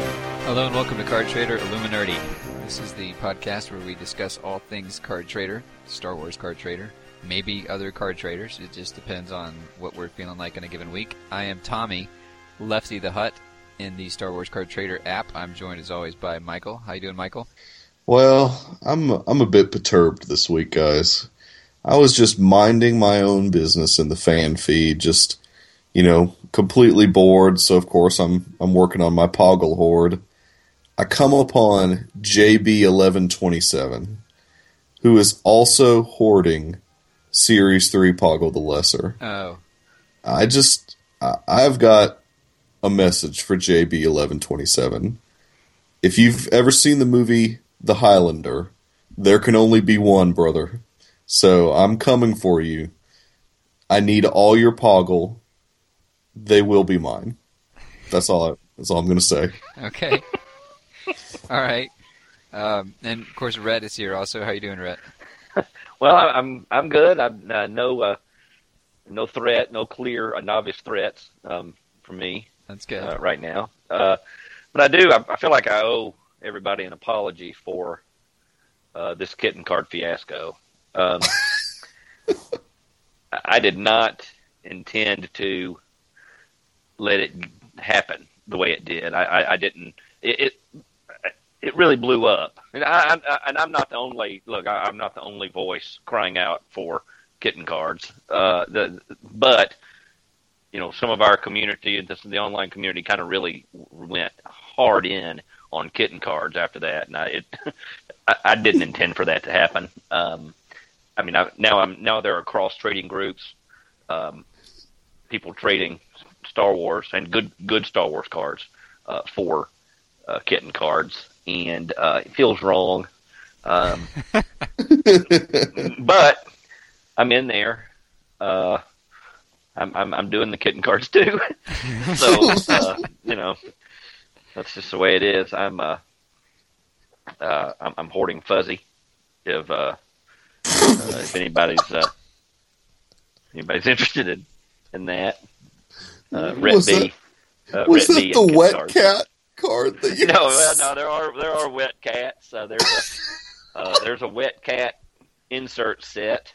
and welcome to Card Trader Illuminati. This is the podcast where we discuss all things Card Trader, Star Wars Card Trader, maybe other Card Traders. It just depends on what we're feeling like in a given week. I am Tommy, Lefty the Hut, in the Star Wars Card Trader app. I'm joined as always by Michael. How you doing, Michael? Well, I'm I'm a bit perturbed this week, guys. I was just minding my own business in the fan feed, just you know, completely bored. So of course I'm I'm working on my Poggle horde. I come upon JB1127, who is also hoarding Series Three Poggle the Lesser. Oh, I just I, I've got a message for JB1127. If you've ever seen the movie The Highlander, there can only be one, brother. So I'm coming for you. I need all your poggle. They will be mine. That's all. I, that's all I'm going to say. okay. all right. Um, and of course, Rhett is here also. How you doing, Rhett? Well, I- I'm I'm good. I'm uh, no uh, no threat, no clear uh, novice threats um, for me That's good. uh, right now. Uh, but I do. I, I feel like I owe everybody an apology for uh, this kitten card fiasco. Um, I- I did not intend to let it happen the way it did. I, I, I didn't. It, it it really blew up, and I, I I- and I'm not the only look. I, I'm not the only voice crying out for kitten cards. Uh, the but you know, some of our community and this, the online community kind of really went hard in on kitten cards after that, and I, it, I, I didn't intend for that to happen. Um, I mean, I, now I'm now there are cross trading groups, um, people trading Star Wars and good good Star Wars cards uh, for uh, kitten cards, and uh, it feels wrong. Um, but I'm in there. Uh, I'm, I'm I'm doing the kitten cards too. so uh, you know, that's just the way it is. I'm uh, uh I'm, I'm hoarding fuzzy. If uh, uh if anybody's uh, anybody's interested in in that, uh, Red Was B. uh, Was Red that B and the kitten wet cards. cat card that you? No, well, no, there are there are wet cats. Uh, there's a uh, there's a wet cat insert set,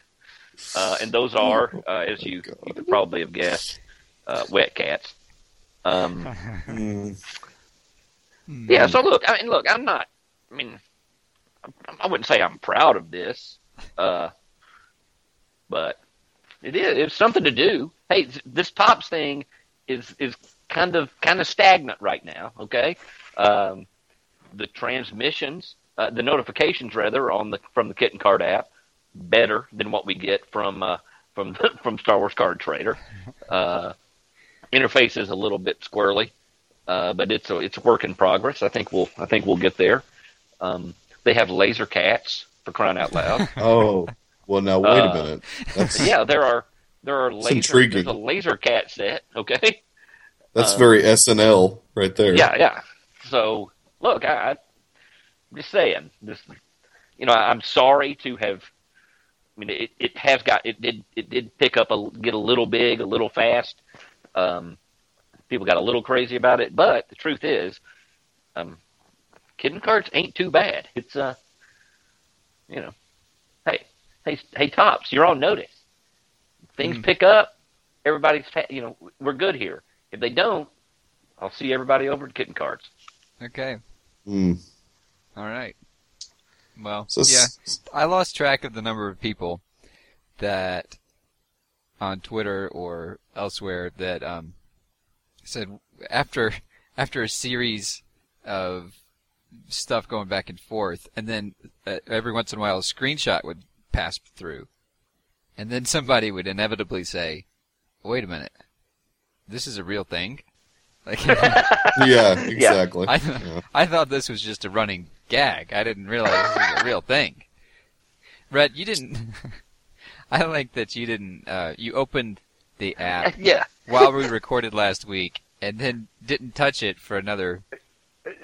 uh, and those are, uh, as you, you could probably have guessed, uh, wet cats. Um, Mm, Hmm. yeah. So look, I mean, look, I'm not. I mean, I- I wouldn't say I'm proud of this, uh, but it is. It's something to do. Hey, th- this pops thing is is kind of kind of stagnant right now. Okay, um, the transmissions, uh, the notifications rather on the from the Kitten Card app, better than what we get from uh, from from Star Wars Card Trader. Uh, interface is a little bit squirrely uh, but it's a it's a work in progress. I think we'll I think we'll get there. Um, they have laser cats for crying out loud. oh, well, now wait a Uh, minute. That's yeah, there are there are laser intriguing. there's a laser cat set. Okay. that's uh, very SNL right there. Yeah, yeah. So look, I, I I'm just saying this. You know, I, I'm sorry to have. I mean, it, it has got it did it did pick up a get a little big, a little fast. Um, people got a little crazy about it, but the truth is, um, kitten cards ain't too bad. It's uh, you know, hey, hey, hey, tops, you're on notice. Things Mm. pick up. Everybody's, fa- you know, we're good here. If they don't, I'll see everybody over at Kitten Cards. Okay. Mm, All right. Well, so yeah. s- I lost track of the number of people that on Twitter or elsewhere that um, said after after a series of stuff going back and forth, and then uh, every once in a while a screenshot would pass through, and then somebody would inevitably say, "Wait a minute, this is a real thing." Like yeah, exactly. I, th- Yeah. I thought this was just a running gag. I didn't realize this was a real thing. Brett, you didn't. I like that you didn't. Uh, you opened the app Yeah, while we recorded last week, and then didn't touch it for another.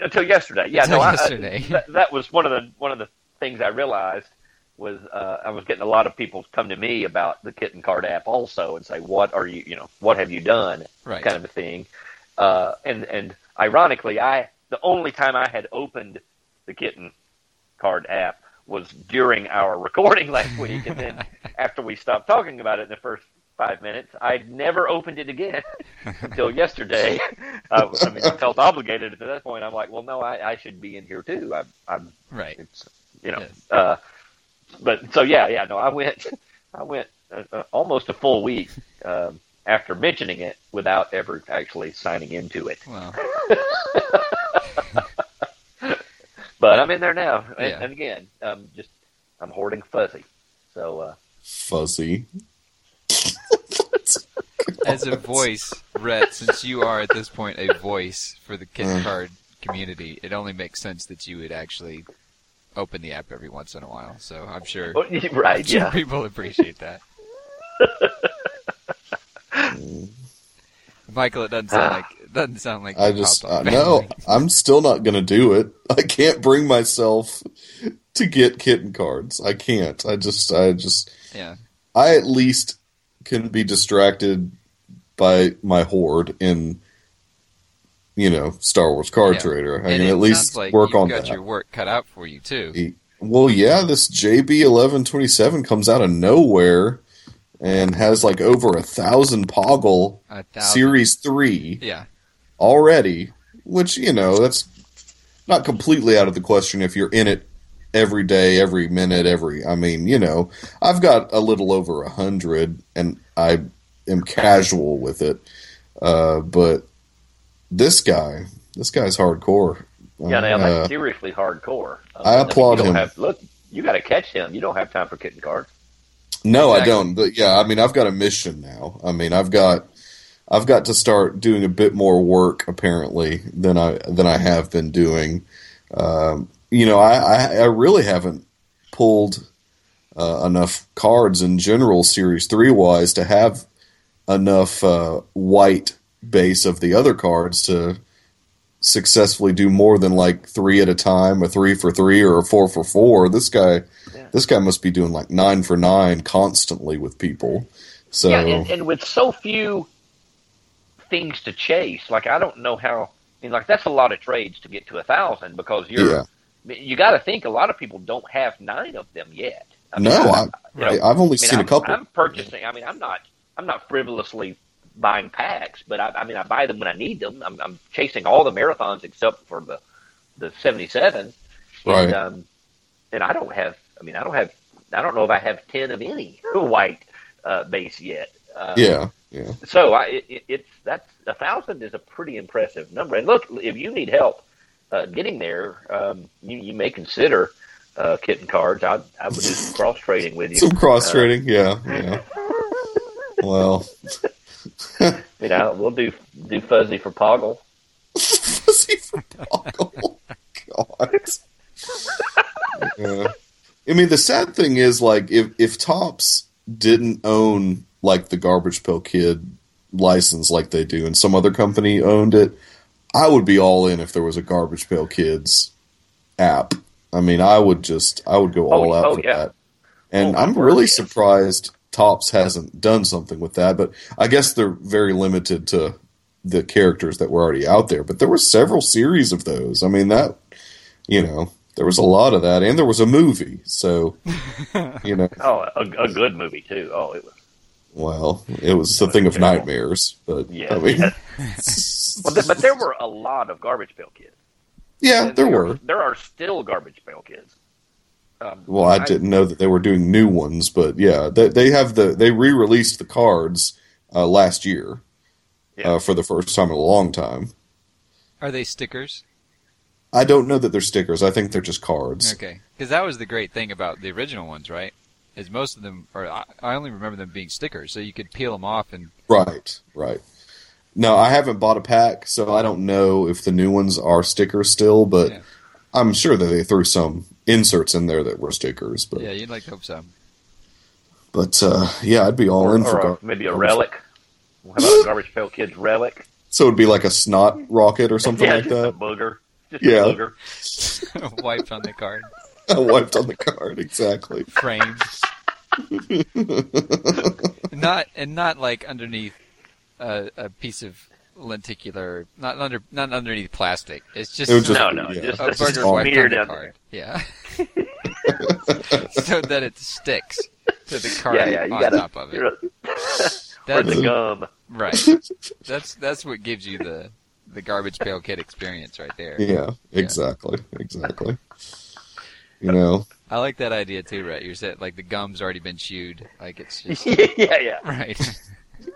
until yesterday. Yeah, Until no, I- I- yesterday. that, that was one of the one of the things I realized was uh, I was getting a lot of people come to me about the Kitten Card app also and say, "What are you? You know, what have you done?" Right. kind of a thing. Uh, and and ironically, I the only time I had opened the kitten card app was during our recording last week, and then after we stopped talking about it in the first five minutes, I never opened it again until yesterday. I, I mean, I felt obligated at that point. I'm like, well, no, I, I should be in here too. I, I'm, Right. it's, you know, Yes. uh, but so yeah, yeah, no, I went, I went uh, uh, almost a full week um, after mentioning it without ever actually signing into it. Well, But I'm in there now, and, Yeah. and again, um, just I'm hoarding fuzzy. So uh, Fuzzy. as a voice, Rhett, since you are at this point a voice for the kitten Mm. card community, it only makes sense that you would actually open the app every once in a while. So I'm sure, oh, I'm right, sure yeah, people appreciate that. Michael, it doesn't sound like it doesn't sound like I you just hopped uh, on no. bandwagon. I'm still not gonna do it. I can't bring myself to get kitten cards. I can't. I just. I just. Yeah, I at least can be distracted by my hoard in, you know, Star Wars Card Yeah. Trader. I and can it at least sounds like work you've on got that. your work cut out for you too. E- Well, yeah, this JB eleven twenty seven comes out of nowhere and has like over a thousand Poggle A thousand. Series three Yeah, already, which you know that's not completely out of the question if you're in it every day, every minute, every. I mean, you know, I've got a little over a hundred, and I am casual with it, uh, but this guy, this guy's hardcore. yeah. Now, Uh, that's seriously hardcore. Um, I applaud you don't him. Have, look, you got to catch him. You don't have time for kitten cards. No, Exactly. I don't. But yeah, I mean, I've got a mission now. I mean, I've got, I've got to start doing a bit more work apparently than I than I have been doing. Um, you know, I, I I really haven't pulled uh, enough cards in general series three wise to have enough uh, white base of the other cards to successfully do more than like three at a time, a three for three or a four for four. This guy, Yeah. this guy must be doing like nine for nine constantly with people. So Yeah, and, and with so few things to chase, like I don't know how. I mean, like that's a lot of trades to get to a thousand because you're. Yeah. You got to think a lot of people don't have nine of them yet. I mean, no, I, you know, I've only I mean, seen I'm, a couple. I'm purchasing. I mean, I'm not. I'm not frivolously buying packs, but I, I mean, I buy them when I need them. I'm, I'm chasing all the marathons except for the the 77s. Right. And, um, and I don't have. I mean, I don't have. I don't know if I have ten of any white uh, base yet. Uh, yeah, yeah, So I, it- it, it's that's a thousand is a pretty impressive number. And look, if you need help uh, getting there, um, you, you may consider uh, kitten cards. I, I would do some cross trading with you. some cross Uh, trading. yeah, yeah. well, You know, we'll do do fuzzy for Poggle. fuzzy for Poggle. God. Yeah. I mean, the sad thing is, like, if if Tops didn't own like the Garbage Pail Kid license like they do, and some other company owned it, I would be all in if there was a Garbage Pail Kids app. I mean, I would just, I would go Oh, all out oh, for yeah. that. And Oh, I'm my really word, yes. surprised Tops hasn't done something with that, but I guess they're very limited to the characters that were already out there. But there were several series of those. I mean, that you know, there was a lot of that, and there was a movie. So, you know, Oh, a, a good movie too. Oh, it was. well, it was a thing of Terrible. nightmares. But Yeah. I mean, Well, th- but there were a lot of garbage pail kids. yeah, Uh, there were. There are still garbage pail kids. Um, Well, I didn't know that they were doing new ones, but yeah, they, they have the they re-released the cards uh, last year Yeah. uh, for the first time in a long time. are they stickers? I don't know that they're stickers. I think they're just cards. Okay, because that was the great thing about the original ones, right? Is most of them, or I, I only remember them being stickers, so you could peel them off and Right, right. No, I haven't bought a pack, so I don't know if the new ones are stickers still, but Yeah. I'm sure that they threw some inserts in there that were stickers. But yeah, you'd like to hope so. but uh, yeah, I'd be all or, in for or a- gar- maybe a relic. How about a garbage pail kids relic? So it'd be like a snot rocket or something yeah, like just a that. booger. Just Yeah. a booger. Wiped on the card, I wiped on the card exactly. framed, not and not like underneath uh, a, a piece of lenticular, not under, not underneath plastic. It's just, It would just- no, no, yeah. just, a just burger awful. white smeared thunder down card. Yeah, so that it sticks to the card Yeah, yeah, you on gotta. top of it. you're a- or That's the gum. right. That's that's what gives you the the garbage pail kid experience right there. Yeah, exactly, exactly. You know, I like that idea too, right? You said like the gum's already been chewed, like it's just yeah, yeah, right.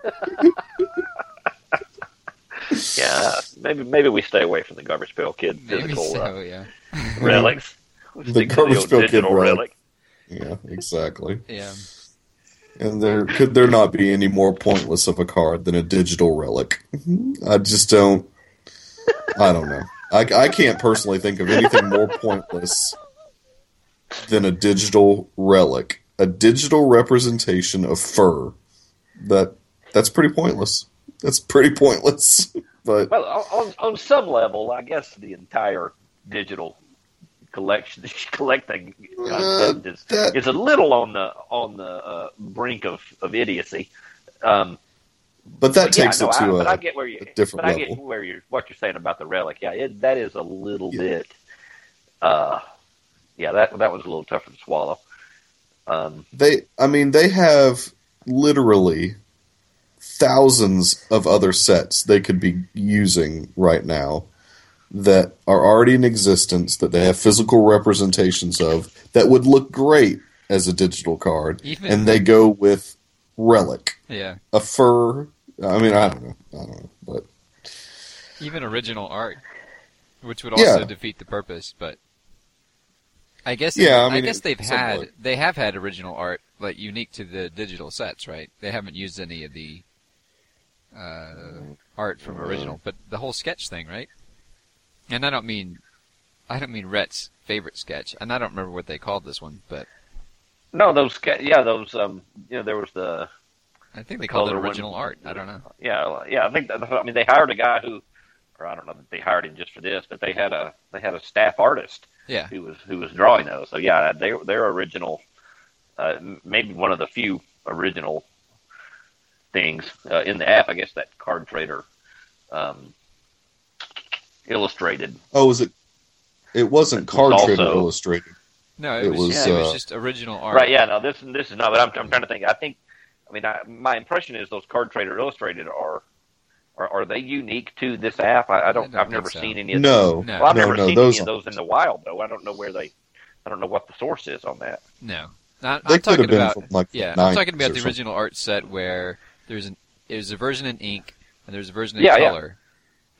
yeah. Maybe maybe we stay away from the garbage pail kid Maybe physical uh, so, yeah, relics. We'll The stick to garbage old pail kid digital relic. relic. yeah, exactly. yeah. And there could there not be any more pointless of a card than a digital relic? Mm-hmm. I just don't. I don't know. I, I can't personally think of anything more pointless than a digital relic, a digital representation of fur. That that's pretty pointless. That's pretty pointless. But Well, on, on- on some level, I guess the entire digital collection collecting concept is, that- is a little on the on the uh, brink of of idiocy. Um, but that but yeah, takes no, it to I, a but I get where you a different but I get level. where you're what you're saying about the relic. Yeah, it, that is a little Yeah. bit. Uh, yeah, that that was a little tougher to swallow. Um, they i mean they have literally thousands of other sets they could be using right now that are already in existence that they have physical representations of that would look great as a digital card Even- and they go with relic Yeah, a fur i mean i don't know i don't know but even original art, which would Yeah. also defeat the purpose. But I guess Yeah, I I, mean, guess they've it- had somewhat. they have had original art like unique to the digital sets, right? They haven't used any of the uh, art from original, but the whole sketch thing, right? And I don't mean I don't mean Rhett's favorite sketch, and I don't remember what they called this one, but no, those ca- yeah, those um, you know, there was the I think they called it Color one. original art. I don't know. Yeah, well, yeah. I think that, I mean they hired a guy who, or I don't know that they hired him just for this, but they had a they had a staff artist Yeah, who was who was drawing those. So yeah, they they're original, uh, m- maybe one of the few original things uh, in the app. I guess that card trader um, illustrated. oh was it it wasn't It's card trader also- illustrated no, it, It was, was, yeah, it was uh, just original art. Right? Yeah. No, this this is not. But I'm, I'm trying to think. I think. I mean, I, my impression is those card trader illustrated are. Are, are they unique to this app? I, I don't. don't I've think never so. seen any. Of no No. Well, I've no never no seen those any of those in the wild, though. I don't know where they, I don't know what the source is on that. No, not, they I'm could talking have been about from like Yeah, I'm 90s talking or about the something. original art set where there's an there's a version in ink and there's a version in Yeah, yeah. color,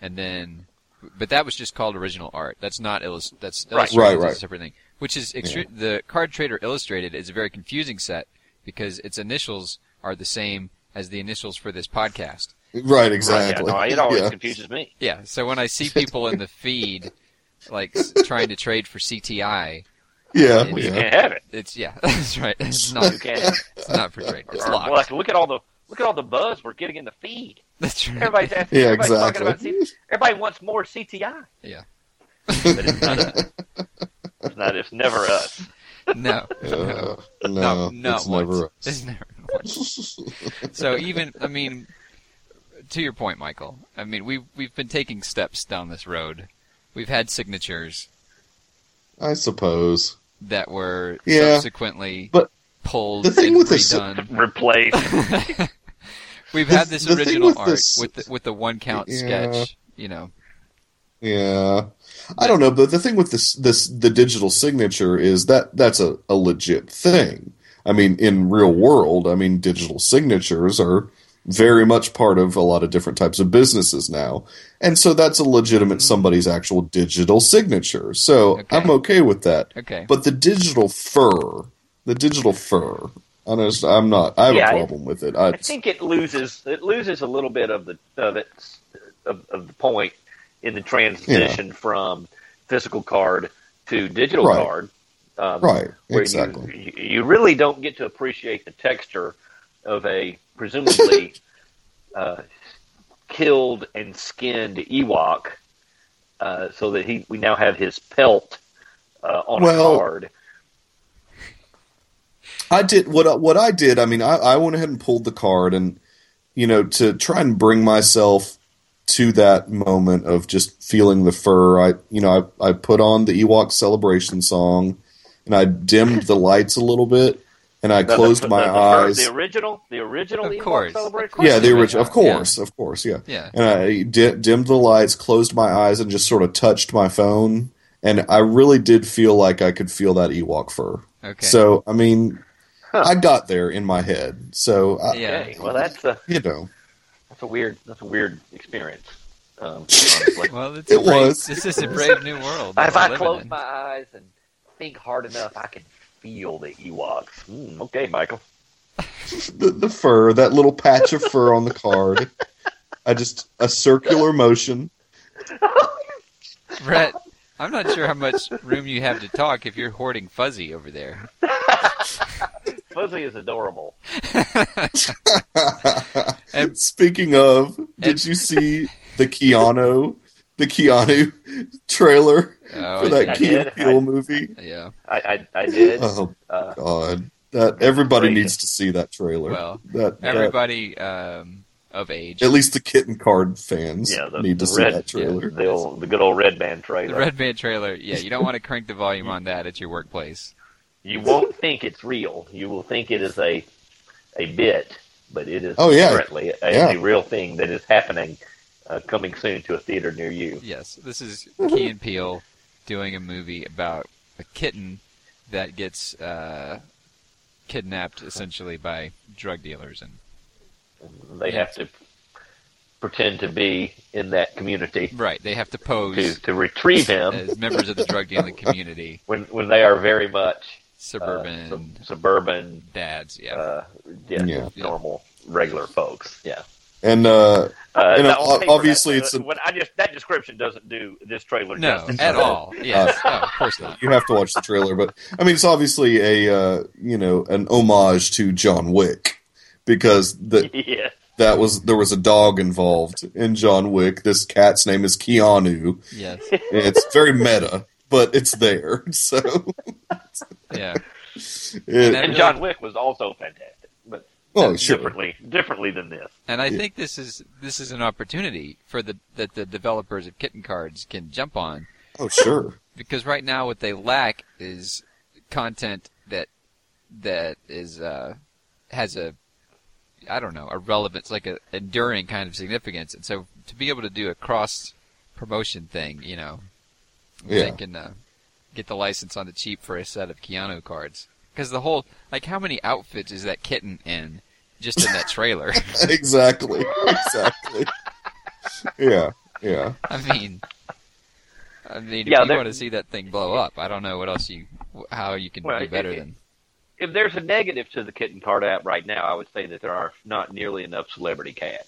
and then but that was just called original art. That's not illus- that's Right. illustrated Right, is right. a separate thing. Which is extre- the card trader illustrated is a very confusing set because its initials are the same as the initials for this podcast. Right, exactly. Right, yeah, no, it always Yeah. confuses me. Yeah, so when I see people in the feed like s- trying to trade for CTI, Yeah, Well, Well, you yeah. can't have it. it's yeah, that's right. It's not You can't. it's not for trade. It's Or- well, locked. like, look at all the look at all the buzz we're getting in the feed. That's right. Everybody's asking. Yeah, everybody's talking exactly. about C- everybody wants more CTI. Yeah. but it's not. us. It's not. It's never us. No. no. Uh, no, No, not it's once. never. It's never once. so even, I mean, to your point, Michael. I mean, we we've been taking steps down this road. We've had signatures I suppose. that were Yeah. subsequently But pulled the thing and with the si- redone. Replace. we've the- had this the thing original with art this- with the, with the one count Yeah. sketch. You know, Yeah, I don't know. But the thing with this, this, the digital signature is that that's a, a legit thing. I mean, in real world, I mean, digital signatures are very much part of a lot of different types of businesses now, and so that's a legitimate somebody's actual digital signature. So Okay. I'm okay with that. okay, But the digital fur, the digital fur, I just, I'm not. I have Yeah, a I- problem with it. I, I think it loses it loses a little bit of the of its of, of the point in the transition from physical card to digital Right. card. Um, right, where you- exactly. You, you really don't get to appreciate the texture of a presumably uh, killed and skinned Ewok, uh, so that he we now have his pelt uh, on Well, a card. I did what I- what I did. I mean, I, I went ahead and pulled the card, and you know, to try and bring myself to that moment of just feeling the fur. I, you know, I, I put on the Ewok celebration song, and I dimmed the lights a little bit, and I The- closed the, my the, the, eyes. The original, the original Of Ewok course. celebration. course yeah, they the were. original. Of Yeah. course, of course, yeah. Yeah. And I di- dimmed the lights, closed my eyes, and just sort of touched my phone, and I really did feel like I could feel that Ewok fur. Okay. So I mean, Huh. I got there in my head. So I, Yeah. Okay, well that's a you know, that's a weird that's a weird experience. Um, honestly. well, it's It a brave, was. This is a brave new world. that if we're I living close in. my eyes and think hard enough, I can feel the Ewoks. Hmm, okay, Michael. the, the fur, that little patch of fur on the card. I just a circular motion. Brett, I'm not sure how much room you have to talk if you're hoarding Fuzzy over there. Fuzzy is adorable. And- Speaking of, and- did you see the Keanu, the Keanu trailer Oh, for I that see. kid. Key did. Peele movie? yeah. I I, I did. Oh Uh, God, that everybody Great. needs to see that trailer. Well, that, that- Everybody um, of age. at least the kitten card fans Yeah, the- need to the see red- that trailer. the old, the good old Red Band The trailer. Red Band trailer. Yeah, you don't want to crank the volume on that at your workplace. You won't think it's real. You will think it is a a bit, but it is Oh, yeah. apparently a, Yeah. a real thing that is happening, uh, coming soon to a theater near you. Yes, this is Key and Peele doing a movie about a kitten that gets uh, kidnapped essentially by drug dealers and They have to pretend to be in that community right. They have to to pose to retrieve him as members of the drug Uh, dealing community, when when they are very much uh, suburban sub- suburban, dads. Yeah, uh, yeah, Yeah. normal, regular folks. Yeah. And uh, Uh, And, no, uh, on paper, obviously that- it's a- when I just that description doesn't do this trailer no, justice. at all. Yes, Uh, no, of course not. you have to watch the trailer, but I mean, it's obviously a uh, you know an homage to John Wick because the, yeah. that was there was a dog involved in John Wick. This cat's name is Keanu. Yes, It's very meta, but it's there. So, yeah. it, And John Wick was also fantastic, but oh sure, differently, differently than this. And I Yeah. think this is this is an opportunity for the that the developers of kitten cards can jump on oh sure. because right now what they lack is content that that is uh, has a I don't know a relevance like a enduring kind of significance. And so to be able to do a cross promotion thing, you know, Yeah. they can uh, get the license on the cheap for a set of Keanu cards because the whole like how many outfits is that kitten in just in that trailer? exactly, exactly. yeah, yeah. I mean, I mean, Yeah, if you there- want to see that thing blow up, I don't know what else you, how you can Well, do it- better it- than. If there's a negative to the kitten card app right now, I would say that there are not nearly enough celebrity cats.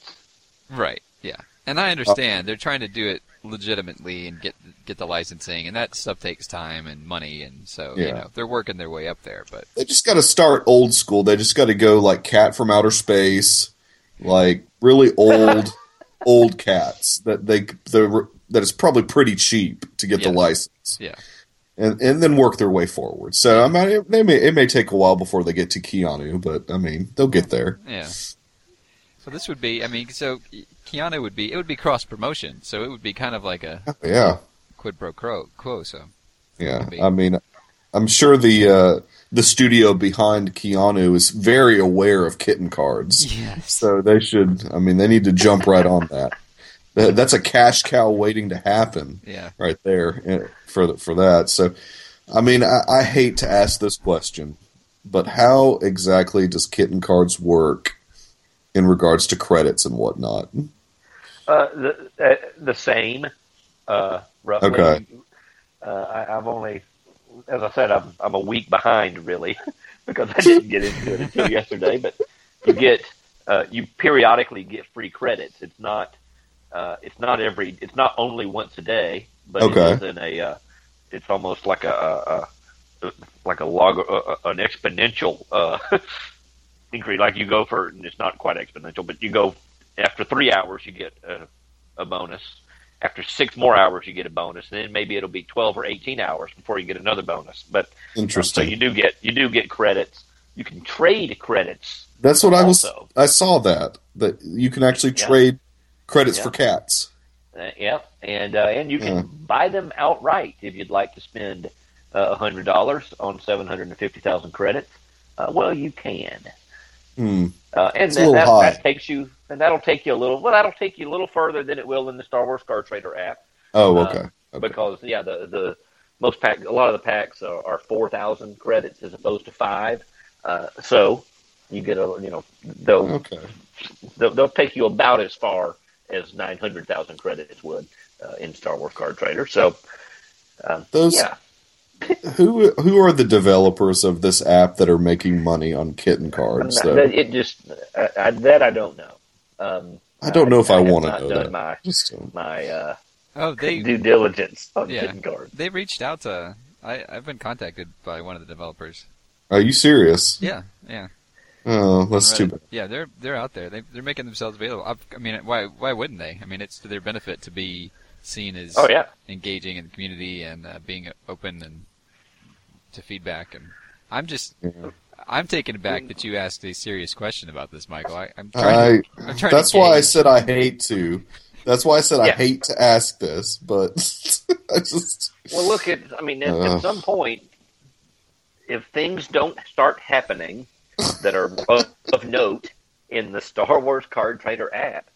Right. Yeah. And I understand they're trying to do it legitimately and get get the licensing, and that stuff takes time and money, and so you Yeah. know they're working their way up there. But They just got to start old school. They just got to go like cat from outer space, like really old, old cats that they the that is probably pretty cheap to get Yeah. the license. Yeah. and and then work their way forward. So I mean, it, they may it may take a while before they get to Keanu, but I mean, they'll get there. yeah. So this would be, I mean, so Keanu would be, it would be cross promotion, so it would be kind of like a Yeah, quid pro quo. quo so yeah. Maybe. I mean, I'm sure the uh, the studio behind Keanu is very aware of kitten cards. yes, So they should. I mean, they need to jump right on that. That- That's a cash cow waiting to happen yeah, right there eh, for th- for that. So, I mean, I, I hate to ask this question, but how exactly does kitten cards work in regards to credits and whatnot? Uh, the uh, the same, uh, roughly. Okay. Uh, I, I've only, as I said, I'm I'm a week behind really, because I didn't get into it until yesterday. But you get uh, you periodically get free credits. It's not uh, it's not every it's not only once a day, but Okay. it's in a uh, it's almost like a, a, a like a log uh, an exponential uh, increase. Like you go for and it's not quite exponential, but you go after three hours you get a, a bonus. After six more hours you get a bonus, and then maybe it'll be twelve or eighteen hours before you get another bonus. But so Interesting. you do get you do get credits. You can trade credits That's what I was. also. I saw that that you can actually Yeah. trade credits Yeah. for cats. Uh, yep, and uh, and you can Yeah. buy them outright if you'd like to spend uh, hundred dollars on seven hundred and fifty thousand credits. Uh, well, you can, Hmm. uh, and It's a that, little that, high. that takes you, and that'll take you a little. Well, that'll take you a little further than it will in the Star Wars Card Trader app Oh, Uh, okay. okay. because yeah, the the most pack, a lot of the packs are, are four thousand credits as opposed to five. Uh, so you get a you know they'll Okay. they'll, they'll take you about as far as 900,000 credits would uh, in Star Wars Card Trader. So, um, Those yeah, who who are the developers of this app that are making money on kitten I'm cards? not- though? that- it just I, I, that I don't know. Um, I don't know if I have wanna not know done that. My Just, um, my uh, Oh, they due diligence on Yeah. kitten cards. they reached out to. I I've been contacted by one of the developers. are you serious? Yeah, yeah. Oh, that's Right. too bad. Yeah, they're they're out there. They they're making themselves available. I've, I mean, why why wouldn't they? I mean, it's to their benefit to be seen as Oh yeah, engaging in the community and uh, being open and to feedback. And I'm just Yeah. I'm taken aback that you asked a serious question about this, Michael. I, I'm I, trying. to, I'm trying that's to why I gauge- said I hate to. That's why I said I Yeah. hate to ask this, but I just Well, look at. I mean, at, Uh. at some point, if things don't start happening that are of, of note in the Star Wars Card Trader app,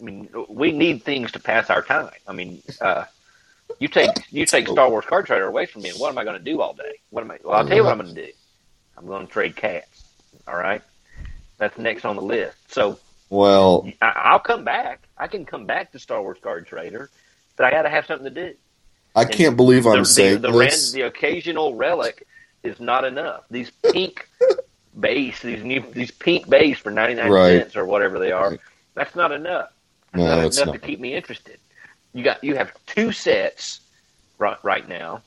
I mean, we need things to pass our time. I mean, uh, you take you take Star Wars Card Trader away from me, and what am I going to do all day? What am I? Well, I'll tell you what I'm going to do. I'm going to trade cats. All right, that's next on the list. So well, I, I'll come back. I can come back to Star Wars Card Trader, but I got to have something to do I can't believe I'm the, saying the, the, ran- this. the occasional relic is not enough. These pink base, these new, these pink base for ninety nine Right. cents or whatever they are, Right. that's not enough. That's No, not it's enough not. to keep me interested. You got you have two sets right right now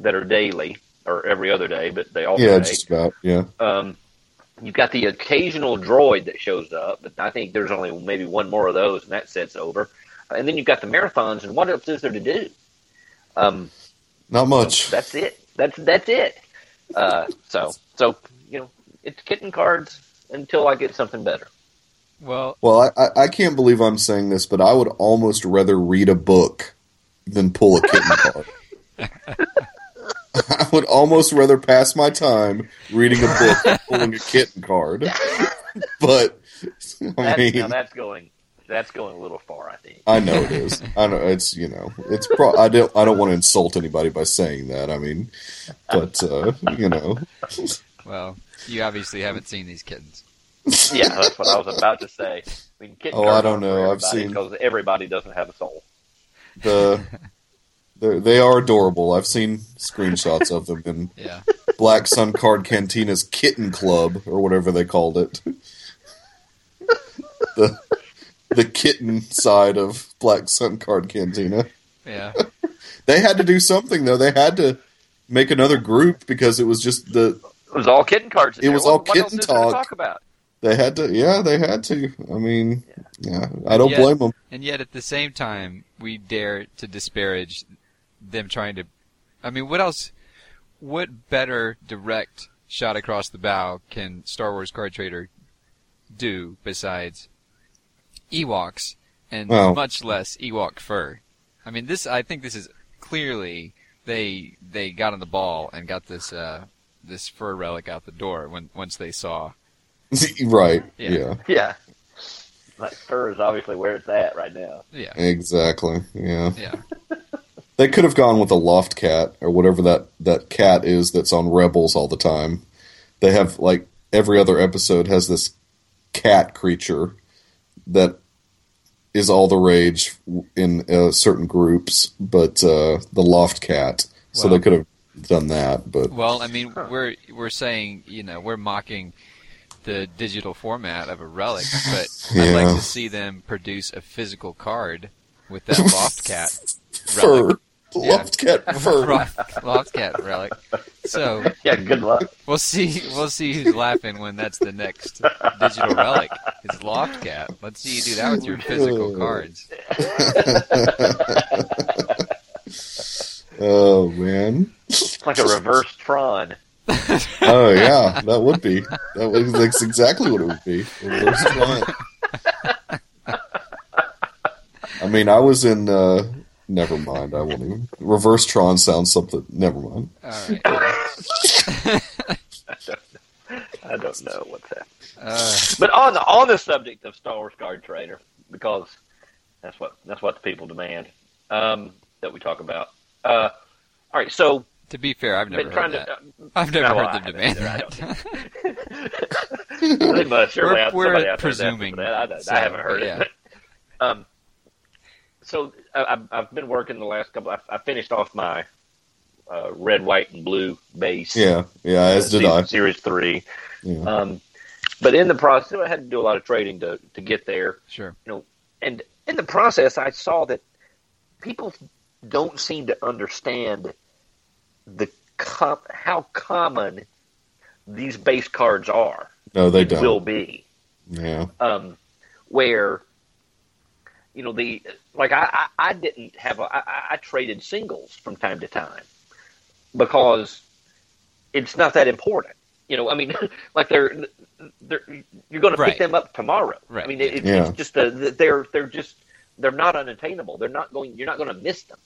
that are daily or every other day, but they all yeah, day. just about. Yeah, Um, you've got the occasional droid that shows up, but I think there's only maybe one more of those, and that set's over. And then you've got the marathons, and what else is there to do? Um, not much. that's it. That's that's it. Uh, so so you know, it's kitten cards until I get something better. Well, Well, I, I, I can't believe I'm saying this, but I would almost rather read a book than pull a kitten card. I would almost rather pass my time reading a book than pulling a kitten card. but I That, mean, now that's going that's going a little far, I think. I know it is. I know it's you know it's. Pro- I don't. I don't want to insult anybody by saying that. I mean, but uh, you know, well, you obviously haven't seen these kittens. Yeah, that's what I was about to say. I mean, kitten Oh, cards I don't aren't know. for I've everybody seen- because everybody doesn't have a soul. the they're- they are adorable. I've seen screenshots of them in Yeah. Black Sun Card Cantina's Kitten Club or whatever they called it. the the kitten side of Black Sun Card Cantina. Yeah. They had to do something though. They had to make another group because it was just the It was all kitten cards. in It there. was all what, what else kitten is there to talk. talk about? They had to, yeah, they had to. I mean, yeah, I don't Yeah. blame them. And yet, at the same time, we dare to disparage them trying to. I mean, what else? What better direct shot across the bow can Star Wars Card Trader do besides Ewoks and Well- much less Ewok fur? I mean, this. I think this is clearly they they got on the ball and got this uh, this fur relic out the door when once they saw. right? Yeah. Yeah. Yeah. That fur is obviously where it's at right now. Yeah, exactly. Yeah, yeah. they could have gone with a loft cat or whatever that that cat is that's on Rebels all the time. They have like every other episode has this cat creature that is all the rage in uh, certain groups, but uh, the loft cat. So Wow. they could have done that, but Well, I mean, we're we're saying you know we're mocking the digital format of a relic, but I'd like Yeah. to see them produce a physical card with that loft cat fur. relic, Yeah. Loft cat fur. Loft- loft cat relic. So Yeah, good luck. we'll see we'll see who's laughing when that's the next digital relic. It's loft cat. Let's see you do that with your physical cards. oh man. It's like a reverse Tron. Oh yeah, that would be. That was that's exactly what it would be. A roast lion. I mean, I was in. Uh, never mind. I won't even. Reverse Tron sounds something. Never mind. All right. I don't know what's happening. Uh, But on the on the subject of Star Wars Card Trader, because that's what that's what the people demand um, that we talk about. Uh, all right, so to be fair, I've never been trying heard to. that. I've never no, heard I them demand haven't either, I that. Uh, they must surely We're- out- we're somebody out there is asking presuming, for that. I, don't- so, I haven't heard yeah. it. um, so I, I've- I've been working the last couple. I, I finished off my uh, red, white, and blue base. Yeah, yeah. uh, As did se- I. Series three. Yeah. Um, but in the process, I had to do a lot of trading to to get there. sure. and in the process, I saw that people don't seem to understand the com- how common these base cards are No, they will don't. be. Yeah. Um, where you know the like I, I, I didn't have a, I, I- I traded singles from time to time because it's not that important. You know, I mean, like they're, they're you're going to Right. pick them up tomorrow. Right, I mean, it, yeah. it's just a, they're they're just they're not unattainable. They're not going. You're not going to miss them.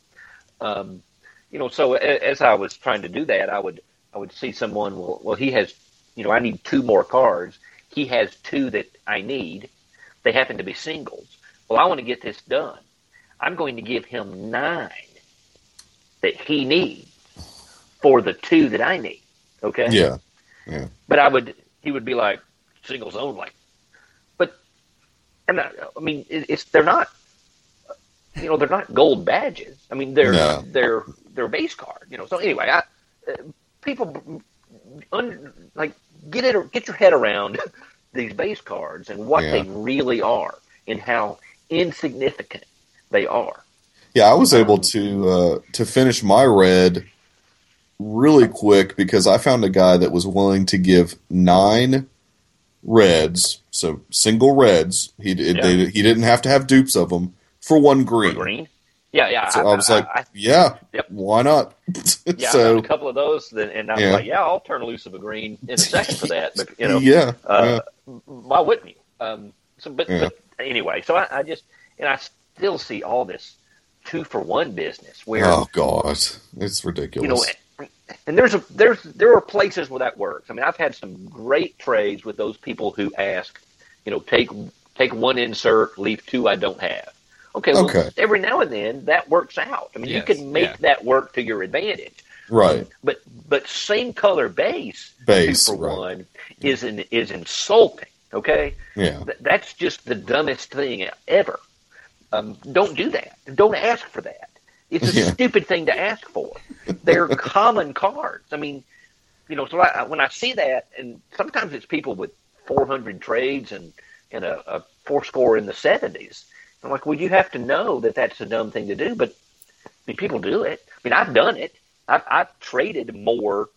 Um, you know, so a- as I was trying to do that, I would I would see someone. Well, well, he has. You know, I need two more cards. He has two that I need. They happen to be singles. Well, I want to get this done. I'm going to give him nine that he needs for the two that I need. Okay. Yeah. But I would, he would be like singles only. But, and I, I mean, it, it's they're not, you know, they're not gold badges. I mean, they're No. they're they're base card. You know. So anyway, I, uh, people, un, like get it, get your head around these base cards and what Yeah. they really are and how insignificant they are. Yeah, I was able to uh, to finish my red really quick because I found a guy that was willing to give nine reds, so single reds. He did, they, he didn't have to have dupes of them for one green. Green. Yeah, yeah. So I, was like, I- yeah, Yep. why not? yeah, I so found a couple of those, then, and I'm Yeah. like, yeah, I'll turn loose of a green in a second for that. But you know, yeah, uh, why wouldn't you? Um, so, but, Yeah. but anyway, so I, I just and I still see all this two for one business yeah. where oh god, it's you know, ridiculous. and there's a there's there are places where that works. I mean, I've had some great trades with those people who ask, you know, take take one insert, leave two I don't have. Okay, well, Okay. every now and then that works out. I mean, Yes, you can make yeah. that work to your advantage. right, But but same color base, Base, two for right. one is in, is insulting. Okay, yeah, Th- that's just the dumbest thing ever. Um, don't do that. Don't ask for that. It's a Yeah. stupid thing to ask for. They're common cards. I mean, you know, so I, when I see that, and sometimes it's people with 400 trades and and a, a four score in the 70s. I'm like, well, you have to know that that's a dumb thing to do, but I mean, people do it. I mean, I've done it. I've, I've traded more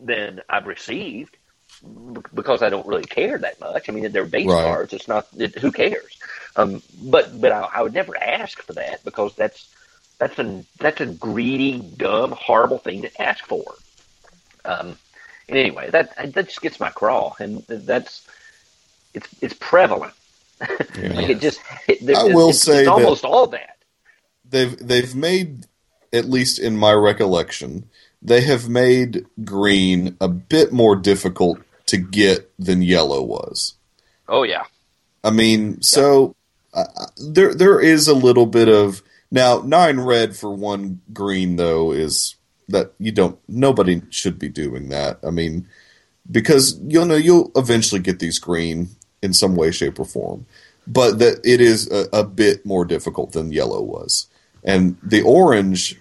than I've received b- because I don't really care that much. I mean, they're base Right. cards. It's not. It, who cares? Um, but but I, I would never ask for that because that's that's a that's a greedy, dumb, horrible thing to ask for. Um, and anyway, that that just gets my crawl, and that's it's it's prevalent. yeah. Like it just it, there- I it's- will it's, say it's that- almost all that. they've they've made at least in my recollection they have made green a bit more difficult to get than yellow was Oh yeah, i mean so uh, there there is a little bit of now nine red for one green though is that you don't nobody should be doing that i mean because you'll know you'll eventually get these green in some way shape or form but that it is a, a bit more difficult than yellow was and the orange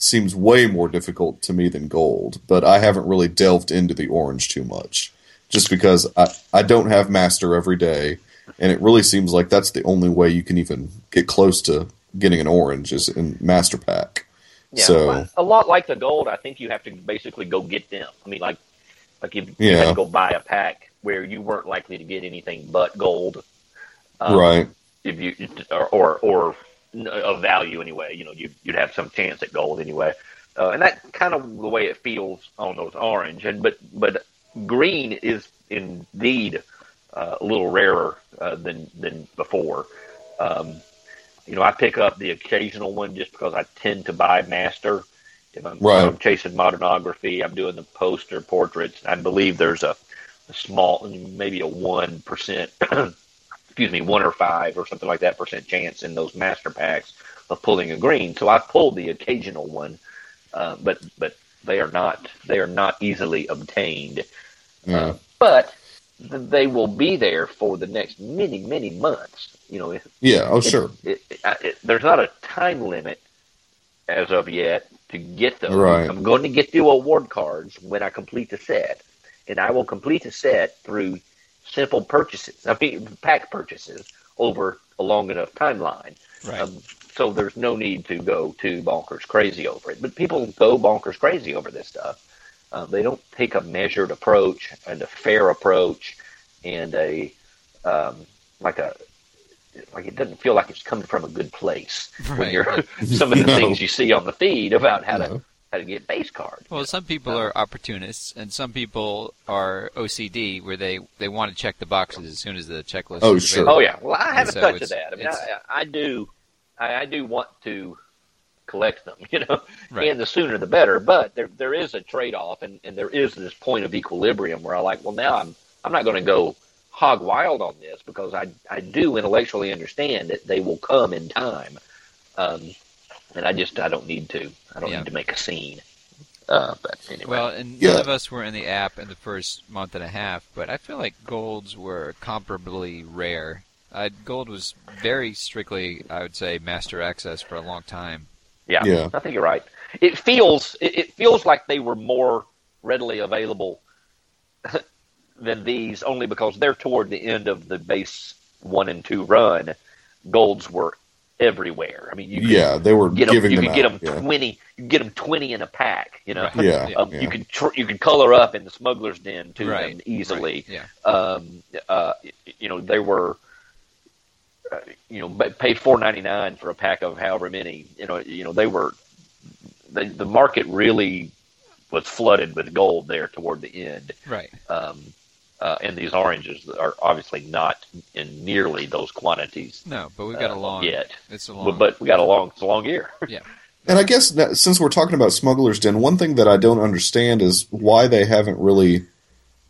seems way more difficult to me than gold but i haven't really delved into the orange too much just because i, I don't have master every day and it really seems like that's the only way you can even get close to getting an orange is in master pack yeah. so a lot like the gold, I think you have to basically go get them. I mean, like like if you had Yeah. to go buy a pack where you weren't likely to get anything but gold, um, Oh. right If you or or, or of value anyway, you know, you, you'd have some chance at gold anyway. Uh, and that kind of the way it feels on those orange, and but but green is indeed uh, a little rarer uh, than than before. Um, You know, I pick up the occasional one just because I tend to buy master. If I'm, Right. if I'm chasing modernography, I'm doing the poster portraits. I believe there's a, a small, maybe a one percent, excuse me, one or five or something like that percent chance in those master packs of pulling a green. So I pull the occasional one, uh, but but they are not they are not easily obtained Uh, Yeah. but th- they will be there for the next many, many months. You know, it, yeah. Oh, sure. it, I- it, there's not a time limit as of yet to get those. Right. I'm going to get the award cards when I complete the set, and I will complete the set through simple purchases. I mean, pack purchases over a long enough timeline. Right. Um, so there's no need to go too bonkers crazy over it. But people go bonkers crazy over this stuff. Uh, they don't take a measured approach and a fair approach and a um, like a like it doesn't feel like it's coming from a good place when Right. you're some of the No. things you see on the feed about how to No. how to get base card. Well, some people are opportunists, and some people are OCD, where they, they want to check the boxes as soon as the checklist. Oh, is sure. available. Oh yeah, well I have So a touch it's- of that. I mean, it's- I, I do, I, I do want to collect them, you know, Right. and the sooner the better. But there there is a trade off, and, and there is this point of equilibrium where I like, well, now I'm I'm not going to go hog wild on this because I I do intellectually understand that they will come in time, um, and I just I don't need to I don't Yeah. need to make a scene. Uh, but anyway, Well, and Yeah. none of us were in the app in the first month and a half, but I feel like golds were comparably rare. Uh, gold was very strictly, I would say, master access for a long time. Yeah, Yeah. I think you're right. It feels it, it feels like they were more readily available than these, only because they're toward the end of the base one and two run. Golds were everywhere. I mean, you could yeah. They were get 'em- giving you them could get them out. yeah. twenty, you could get them twenty in a pack. You know, Right. Yeah, Yeah. um, yeah. you could tr- you could color up in the smuggler's den to Right, them easily Yeah. um, uh, you know, they were, uh, you know, ba- pay four ninety nine for a pack of however many. You know, you know, they were, they, the market really was flooded with gold there toward the end, Right. um, uh, and these oranges are obviously not in nearly those quantities No, but we've got a uh, long. yet. It's a long. But, but we got a long, it's a long year. And I guess that, since we're talking about Smuggler's Den, one thing that I don't understand is why they haven't really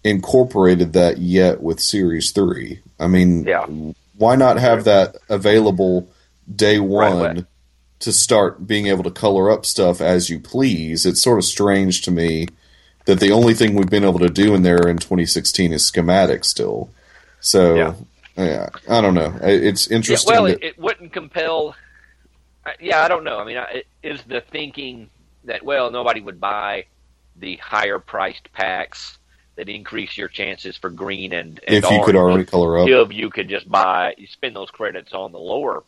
incorporated that yet with Series 3. I mean, Yeah. why not have that available day one away. to start being able to color up stuff as you please? It's sort of strange to me that the only thing we've been able to do in there in 2016 is schematic still. So, Yeah. yeah, I don't know. I- It's Yeah, interesting. well, that- it, it wouldn't compel. I- Yeah, I don't know. I mean, I- is the thinking that well, nobody would buy the higher priced packs that increase your chances for green and, and if you could orange, already color up. if you could just buy, you spend those credits on the lower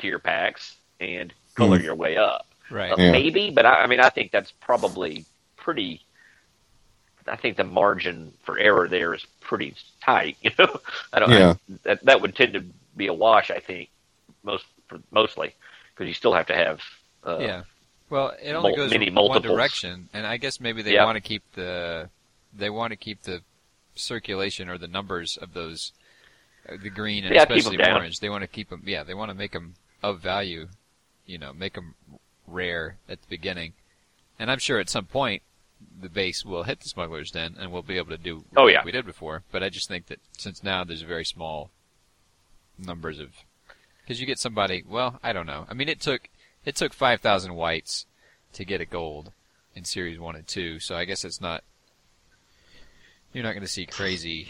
tier packs and color your way up. right. Uh, Hmm. Yeah. Maybe, but I, I mean, I think that's probably pretty. I think the margin for error there is pretty tight. You know, I don't. I- Yeah. that that would tend to be a wash. I think most for, mostly because you still have to have. Uh, yeah. Well, it only mul- goes many one multiples. direction, and I guess maybe they Yeah. want to keep the they want to keep the circulation or the numbers of those uh, the green and Yeah, keep 'em especially down. orange. They want to keep them. Yeah, they want to make them of value. You know, make them rare at the beginning, and I'm sure at some point the base will hit the smugglers den, and we'll be able to do Oh, like yeah. we did before. But I just think that since now there's very small numbers of because you get somebody. Well, I don't know. I mean, it took it took five thousand whites to get a gold in series one and two. So I guess it's not. You're not going to see crazy,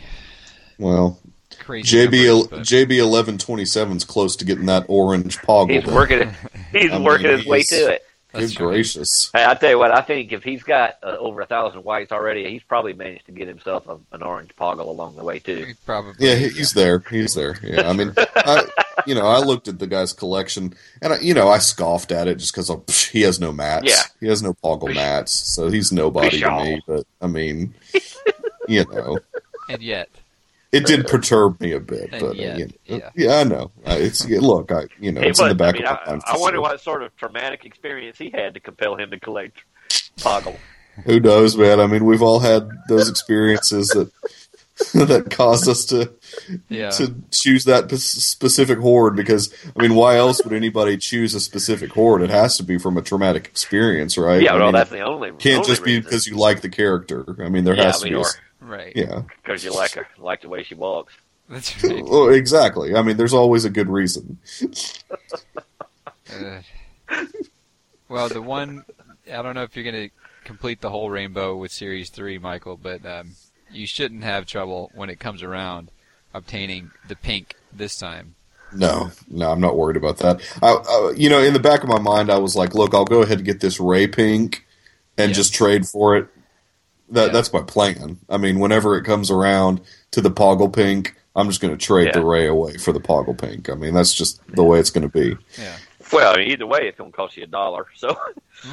Well, crazy. numbers, JB but- JB eleven twenty seven is close to getting that orange poggle. He's working. it- He's I mean, working his way he's- to it. That's Good true. gracious! Hey, I tell you what, I think if he's got uh, over a thousand whites already, he's probably managed to get himself a, an orange poggle along the way too. probably. Yeah, he- he's there. He's there. Yeah, I mean, I, you know, I looked at the guy's collection, and I, you know, I scoffed at it just because he has no mats. Yeah. he has no poggle Pshaw. mats, so he's nobody Pshaw. to me. But I mean, you know, and yet, it did perturb me a bit. And But uh, yet, you know, yeah. yeah. I know. I- It's yeah, look, I you know, Hey, it's in the but, back I mean, of I- my mind. I wonder what sort of traumatic experience he had to compel him to collect poggle. Who knows, man? I mean, we've all had those experiences that that caused us to Yeah. to choose that p- specific horde because I mean, why else would anybody choose a specific horde? It has to be from a traumatic experience, right? yeah, I well, mean, that's the only. it can't only just be reason. because you like the character. I mean, there yeah, has I mean, to be. a or s- right. yeah, because you like her, like the way she walks. That's right. Well, exactly. I mean, there's always a good reason. Uh, well, the one I don't know if you're going to complete the whole rainbow with Series Three, Michael, but um, you shouldn't have trouble when it comes around obtaining the pink this time. No, no, I'm not worried about that. I, I, you know, in the back of my mind, I was like, look, I'll go ahead and get this Ray Pink and Yeah. just trade for it. That Yeah. that's my plan. I mean, whenever it comes around to the Poggle Pink, I'm just going to trade the Yeah. Ray away for the Poggle Pink. I mean, that's just the way it's going to be. Yeah. Well, either way, it's gonna cost you a dollar. So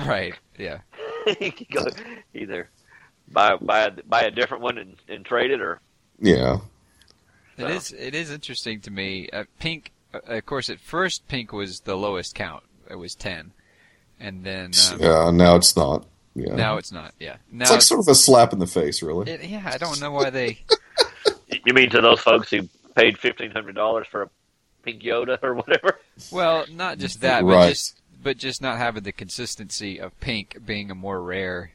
Right. Yeah. you can go either buy buy buy a different one and, and trade it, or Yeah, It is. It is interesting to me. Uh, pink, uh, of course, at first pink was the lowest count. It was ten, and then um, yeah. Now it's not. Yeah, now it's not. Yeah. Now it's like sort of a slap in the face, really. it, yeah. I don't know why they. you mean to those folks who paid fifteen hundred dollars for a pink Yoda or whatever? Well, not just that, but Right. just but just not having the consistency of pink being a more rare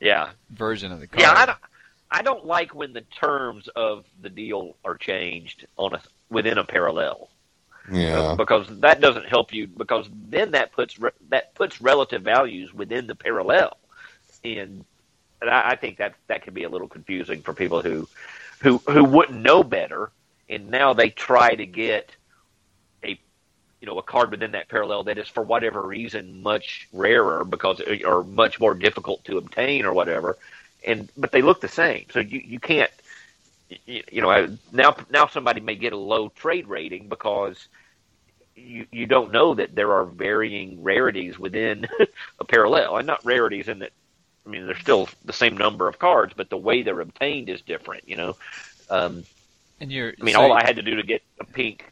Yeah, version of the card. yeah. I don't, I don't like when the terms of the deal are changed on a within a parallel. yeah, because that doesn't help you because then that puts re- that puts relative values within the parallel and and I, I think that that can be a little confusing for people who who who wouldn't know better and now they try to get a you know a card within that parallel that is for whatever reason much rarer because or much more difficult to obtain or whatever and but they look the same so you you can't you, you know I- now now somebody may get a low trade rating because you, you don't know that there are varying rarities within a parallel, and not rarities in that. I mean, there's still the same number of cards, but the way they're obtained is different. You know, um, And you're. I mean, so- all I had to do to get a pink,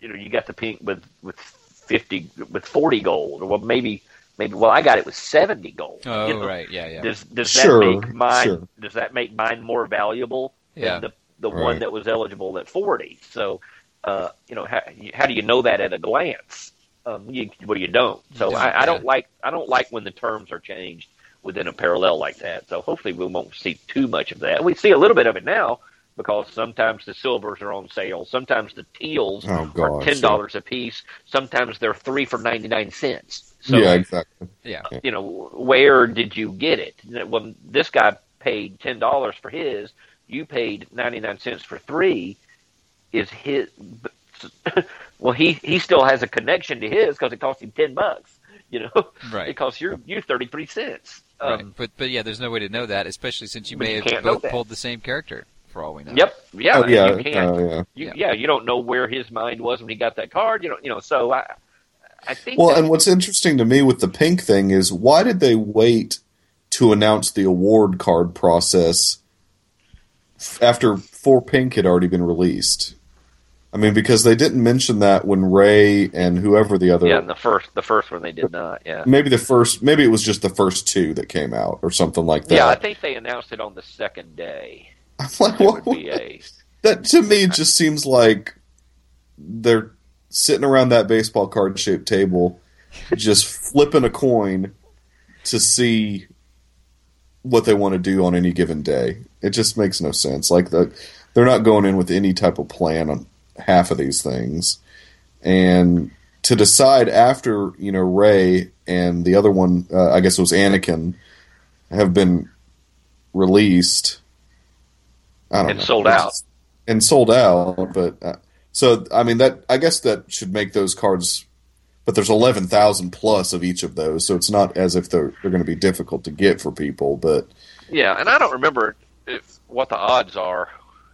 you know, you got the pink with with fifty with forty gold, or well, maybe maybe well, I got it with seventy gold. Oh you know? right. Yeah. Yeah. Does does Sure, that make mine sure. does that make mine more valuable Yeah. than the the Right. one that was eligible at forty? So, uh, you know, how, how do you know that at a glance? Um, you, well, you don't. So You don't, I, I don't yeah. like I don't like when the terms are changed within a parallel like that. So hopefully we won't see too much of that. We see a little bit of it now because sometimes the silvers are on sale, sometimes the teals Oh, are gosh, ten dollars a piece, sometimes they're three for ninety nine cents. So yeah, exactly. yeah. you know, where did you get it? When this guy paid ten dollars for his, you paid ninety nine cents for three. Is his? Well, he he still has a connection to his because it cost him ten bucks. You know, it Right. costs you you thirty three cents. Right. Um, But but yeah, there's no way to know that, especially since you But may you have can't know both that. pulled the same character for all we know. Yep. Yeah. Oh, yeah, You can't. uh, yeah. you, yeah. yeah. You don't know where his mind was when he got that card. You know. You know. So I, I think. Well, that- and what's interesting to me with the pink thing is why did they wait to announce the award card process f- after Four Pink had already been released? I mean, because they didn't mention that when Ray and whoever the other, yeah, the first the first one they did not. Yeah. maybe the first, maybe it was just the first two that came out or something like that. Yeah, I think they announced it on the second day. I'm like, There what, would be a that to me just seems like they're sitting around that baseball card shaped table just flipping a coin to see what they want to do on any given day it just makes no sense like the, they're not going in with any type of plan on half of these things and to decide after you know ray and the other one uh, i guess it was anakin have been released i don't And know sold out. and sold out. But uh, so I mean that I guess that should make those cards. But there's eleven thousand plus of each of those, so it's not as if they're they're going to be difficult to get for people. But Yeah, and I don't remember if, what the odds are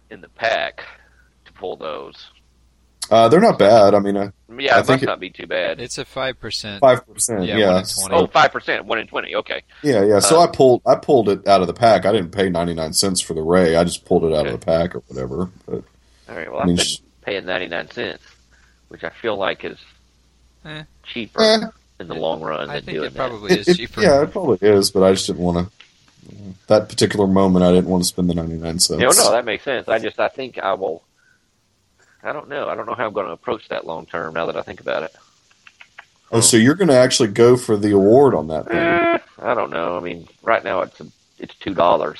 in the pack to pull those. uh, they're not bad. I mean, Yeah, I it think must it- not be too bad. It's a five percent. five percent. Yeah, Yeah, one in so- 20. Oh, five percent, one in twenty. Okay, yeah, yeah. So Uh, I pulled I pulled it out of the pack. I didn't pay ninety nine cents for the Ray. I just pulled it out Okay. of the pack or whatever. But all right. Well, I mean, I've been sh- paying ninety nine cents, which I feel like is Eh. cheaper Eh. in the long run I than think doing it that. probably is It- it- cheaper. yeah, it probably is. But I just didn't want to. that particular moment, I didn't want to spend the ninety nine cents. You know, no, that makes sense. I just I think I will. I don't know. I don't know how I'm going to approach that long term. Now that I think about it, oh, so you're going to actually go for the award on that thing? Eh, I don't know. I mean, right now it's it's two dollars.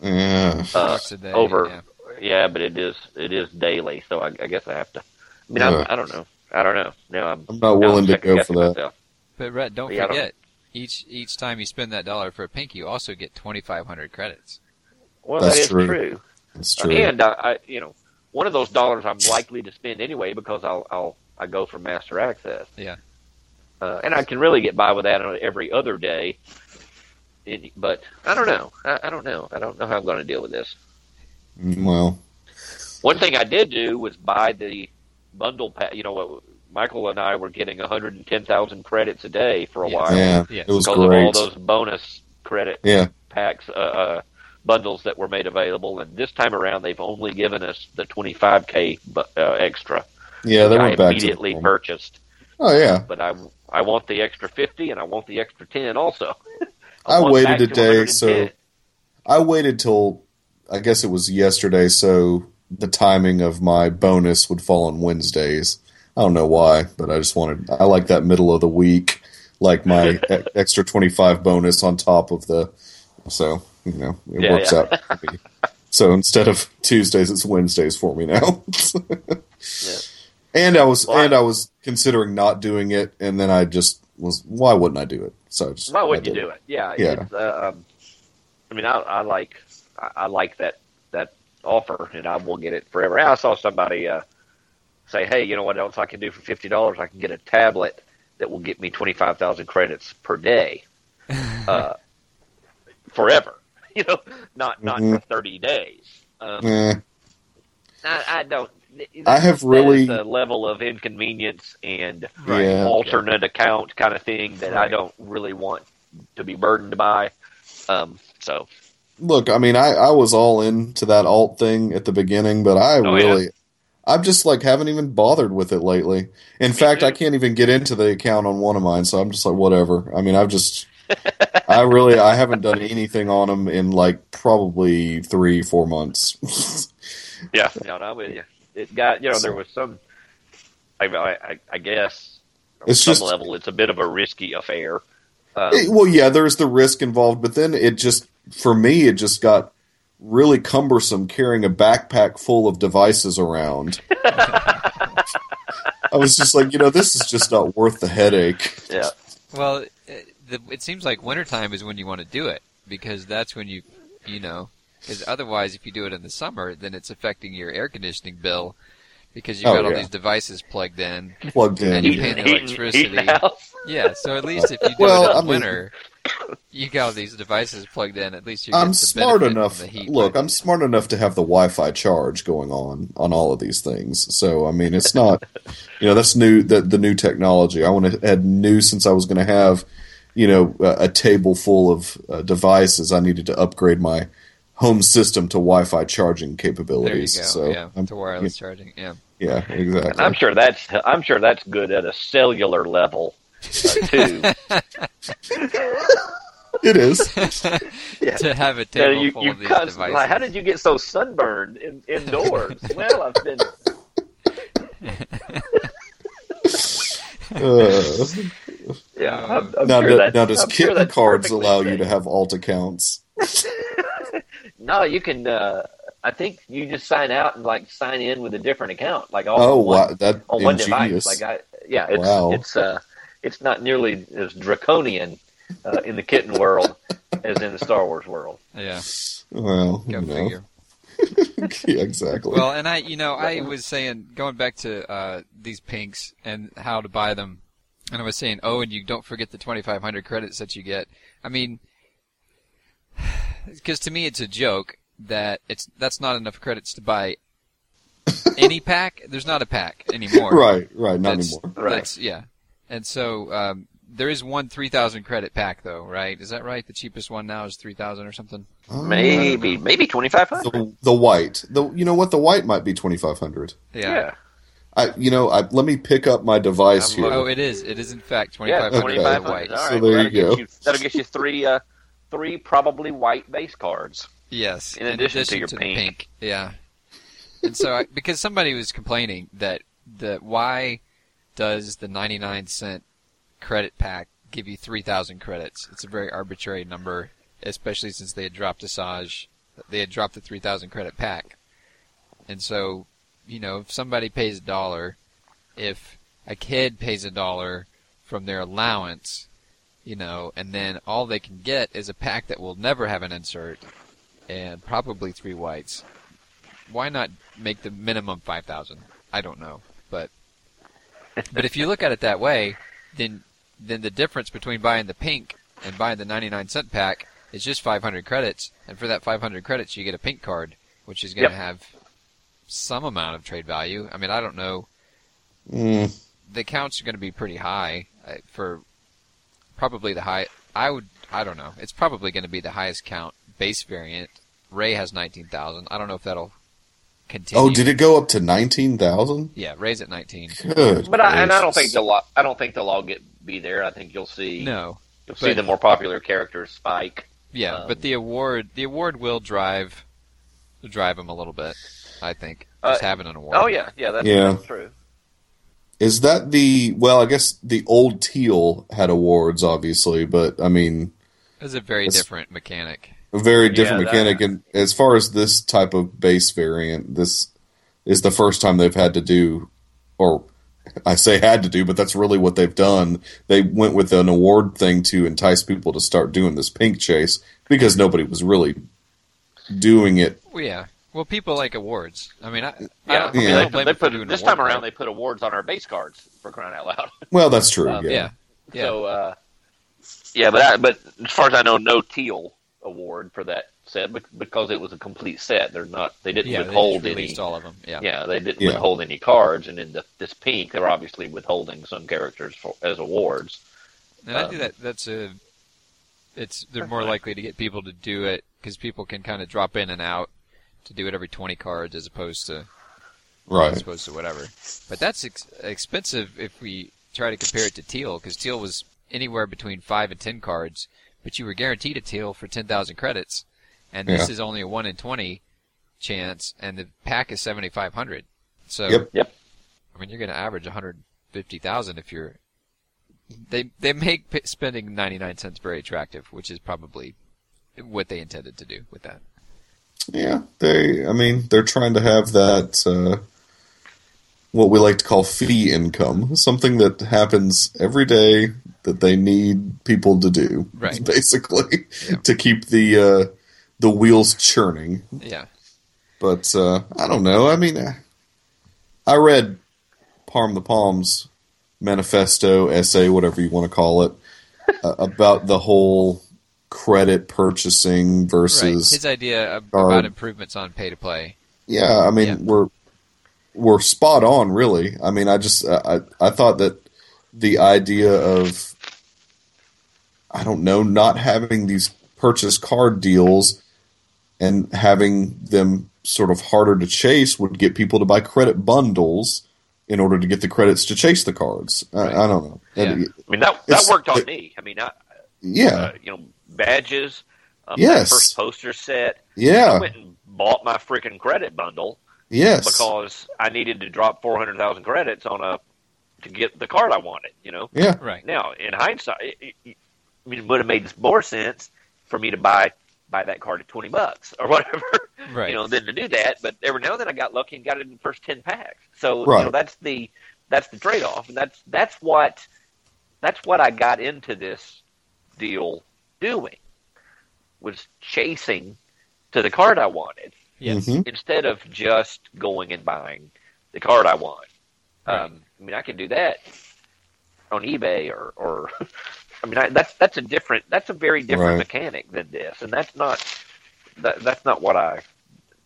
Yeah. Uh, Bucks a day, over. yeah. yeah, but it is it is daily, so I, I guess I have to. I mean, Yeah. I, I don't know. I don't know. No, I'm, I'm not willing to second go for guessing that. myself. But Rhett, don't Yeah, I don't- forget, each each time you spend that dollar for a pink, you also get twenty five hundred credits. Well, That's that is true. true. That's true. And I, I, you know, one of those dollars I'm likely to spend anyway because I'll I'll I go for master access. Yeah. Uh, and I can really get by with that on every other day. It- But I don't know. I, I don't know. I don't know how I'm going to deal with this. Mm, Well, One thing I did do was buy the bundle pack. You know what? Michael and I were getting 110,000 credits a day for a Yeah. while yeah, Yes. it was because of all great. those bonus credit Yeah, packs, uh, uh, bundles that were made available. And this time around, they've only given us the 25k bu- uh, extra. yeah, they which I went back to the immediately form. purchased, Oh yeah, but I I want the extra 50 and I want the extra 10 also. I want waited back a to day, so 110. I waited till I guess it was yesterday, so the timing of my bonus would fall on Wednesdays. I don't know why, but I just wanted. I like that middle of the week, like my e- extra twenty five bonus on top of the. So you know, it Yeah, works yeah. out. for me. so instead of Tuesdays, it's Wednesdays for me now. Yeah. And I was Well, and I was considering not doing it, and then I just was. Why wouldn't I do it? So I just, Why would I you did do it? Yeah, Yeah. It's, uh, um, I mean, I, I like I, I like that that offer, and I will get it forever. I saw somebody uh, say, "Hey, you know what else I can do for fifty dollars? I can get a tablet that will get me twenty five thousand credits per day, uh, forever. You know, not not Mhm. for thirty days." Um, Eh, I, I don't. I have that really- is a level of inconvenience and Right. Yeah. alternate account kind of thing that I Right. don't really want to be burdened by. Um, so look, I mean, I, I was all into that alt thing at the beginning, but I Oh, yeah. really, I'm just like haven't even bothered with it lately. In fact, I too. can't even get into the account on one of mine, so I'm just like whatever. I mean, I've just, I really, I haven't done anything on them in like probably three, four months. yeah, no, no, I'm with you. It got you know there was some. I I, I guess on It's some just- level it's a bit of a risky affair. Um, It- well, yeah, there's the risk involved, but then it just, for me, it just got really cumbersome carrying a backpack full of devices around. I was just like, you know, this is just not worth the headache. yeah, Well, it, the, it seems like wintertime is when you want to do it because that's when you, you know, because otherwise, if you do it in the summer, then it's affecting your air conditioning bill because you've Oh, got all yeah. these devices plugged in. Plugged And you in. pay the electricity. heating house. Yeah, so at least if you do Well, it in I the mean- winter, you got all these devices plugged in. At least you. I'm get the smart benefit enough. from The heat Look, by- I'm smart enough to have the Wi-Fi charge going on on all of these things. So I mean, it's not, you know, that's new. The, the new technology. I want to add new since I was going to have, you know, a, a table full of uh, devices. I needed to upgrade my home system to Wi-Fi charging There you go. capabilities. so yeah, I'm- to wireless charging. Yeah. yeah, exactly. And I'm sure that's I'm sure that's good at a cellular level uh, too. it is. Yeah. to have a Yeah, table you, full you of these cussed, devices. Like, how did you get so sunburned in, indoors? well, I've been. Uh, Yeah, I'm, I'm now, sure do- that, now, does I'm sure kitten that's cards perfectly allow you safe. to have alt accounts? No, you can. Uh, I think you just sign out and like sign in with a different account, like all Oh, on one, wow, that on one device. ingenious. Like I, yeah, it's Wow. it's uh, it's not nearly as draconian uh, in the kitten world as in the Star Wars world. Yeah. well, Go you know. figure. yeah, exactly. Well, and I, you know, I was saying going back to uh, these pinks and how to buy them, and I was saying, oh, and you don't forget the 2,500 credits that you get. I mean, because to me it's a joke that it's that's not enough credits to buy any pack. There's not a pack anymore. right, right, not That's- anymore. Right. that's- yeah. And so um, there is one 3,000 credit pack though, right? Is that right? The cheapest one now is 3,000 or something. Maybe maybe twenty five hundred. Ah. The, the white, the you know what, the white might be twenty five hundred. Yeah, I, you know, I, let me pick up my device I'm here. Oh, it is. It is in fact yeah, 2500 Okay. twenty five hundred. white. All right, So well, there you that'll go. Get you, that'll get you three uh, three probably white base cards. Yes. In addition to your the pink. Yeah. And so, I, because somebody was complaining that that why does the 99 cent credit pack give you 3,000 credits? It's a very arbitrary number, especially since they had dropped Asajj. They had dropped the 3,000 credit pack. And so, you know, if somebody pays a dollar, if a kid pays a dollar from their allowance, you know, and then all they can get is a pack that will never have an insert, and probably three whites. Why not make the minimum five thousand? I don't know, but but if you look at it that way, then then the difference between buying the pink and buying the ninety nine cent pack is just five hundred credits, and for that five hundred credits, you get a pink card, which is going to Yep. have some amount of trade value. I mean, I don't know Mm, the counts are going to be pretty high uh, for probably the high. I would. I don't know. It's probably going to be the highest count base variant. Ray has nineteen thousand. I don't know if that'll continue. oh, did it go up to nineteen thousand? Yeah, Ray's at nineteen. Good. But I, and I don't gracious. think they'll. all- I don't think they'll all get be there. I think you'll see. No. you'll see but- the more popular characters spike. Yeah, Um, but the award the award will drive drive him a little bit. I think Uh, just having an award. Oh yeah, yeah, that's, Yeah. that's true. Is that the well? I guess the old teal had awards, obviously, but I mean, it's a very It's- different mechanic. a very different Yeah, that- mechanic. And as far as this type of base variant, this is the first time they've had to do, or I say had to do, but that's really what they've done. They went with an award thing to entice people to start doing this pink chase because nobody was really doing it. Well, yeah. Well, people like awards. I mean, I, I Yeah, don't, I mean, I Yeah. don't They, blame they them for put doing this award time around. play. They put awards on our base cards for crying out loud. Well, that's true. Um, yeah. yeah. Yeah. So, uh, yeah, but I, but as far as I know, no teal award for that set bec- because it was a complete set. They're not. They didn't yeah, they withhold just any. released all of them. Yeah. Yeah, they didn't Yeah. withhold any cards, and in the, this pink, they're obviously withholding some characters for, as awards. And I think Um, that that's a it's they're That's more fine. likely to get people to do it because people can kind of drop in and out to do it every 20 cards as opposed to as Right. opposed to whatever. But that's ex- expensive if we try to compare it to teal because teal was anywhere between five and 10 cards, but you were guaranteed a teal for 10,000 credits, and this Yeah. is only a one in 20 chance, and the pack is 7,500. So Yep. Yep. I mean, you're going to average 150,000 if you're. They they make p- spending 99 cents very attractive, which is probably what they intended to do with that. Yeah. They, I mean, they're trying to have that, uh, what we like to call fee income, something that happens every day that they need people to do, Right. basically, Yeah. to keep the uh, the wheels churning. Yeah. But uh, I don't know. I mean, I- I read Palm the Palms manifesto, essay, whatever you want to call it, uh, about the whole credit purchasing Right. versus His idea ab- Or- about improvements on pay to play. yeah, I mean Yeah. we're we're spot on, really. I mean, I just I I thought that the idea of I don't know not having these purchase card deals and having them sort of harder to chase would get people to buy credit bundles in order to get the credits to chase the cards. Right. I, I don't know. And Yeah. it- I mean, that that It's- worked on it- me. I mean, I, yeah, uh, you know, badges. Um, Yes. that first poster set. I yeah, went and bought my freaking credit bundle yes, because I needed to drop four hundred thousand credits on a to get the card I wanted. You know. yeah, Right. Now, in hindsight, it, it, it- I mean, it would have made more sense for me to buy buy that card at twenty bucks or whatever, Right. you know, than to do that. But every now and then, I got lucky and got it in the first ten packs. So you know, Right. that's the that's the trade off, and that's that's what that's what I got into this deal doing was chasing to the card I wanted Yes. Mhm. instead of just going and buying the card I want. Right. Um, I mean, I can do that on eBay or, or I mean, I, that's that's a different, that's a very different Right. mechanic than this, and that's not that, that's not what I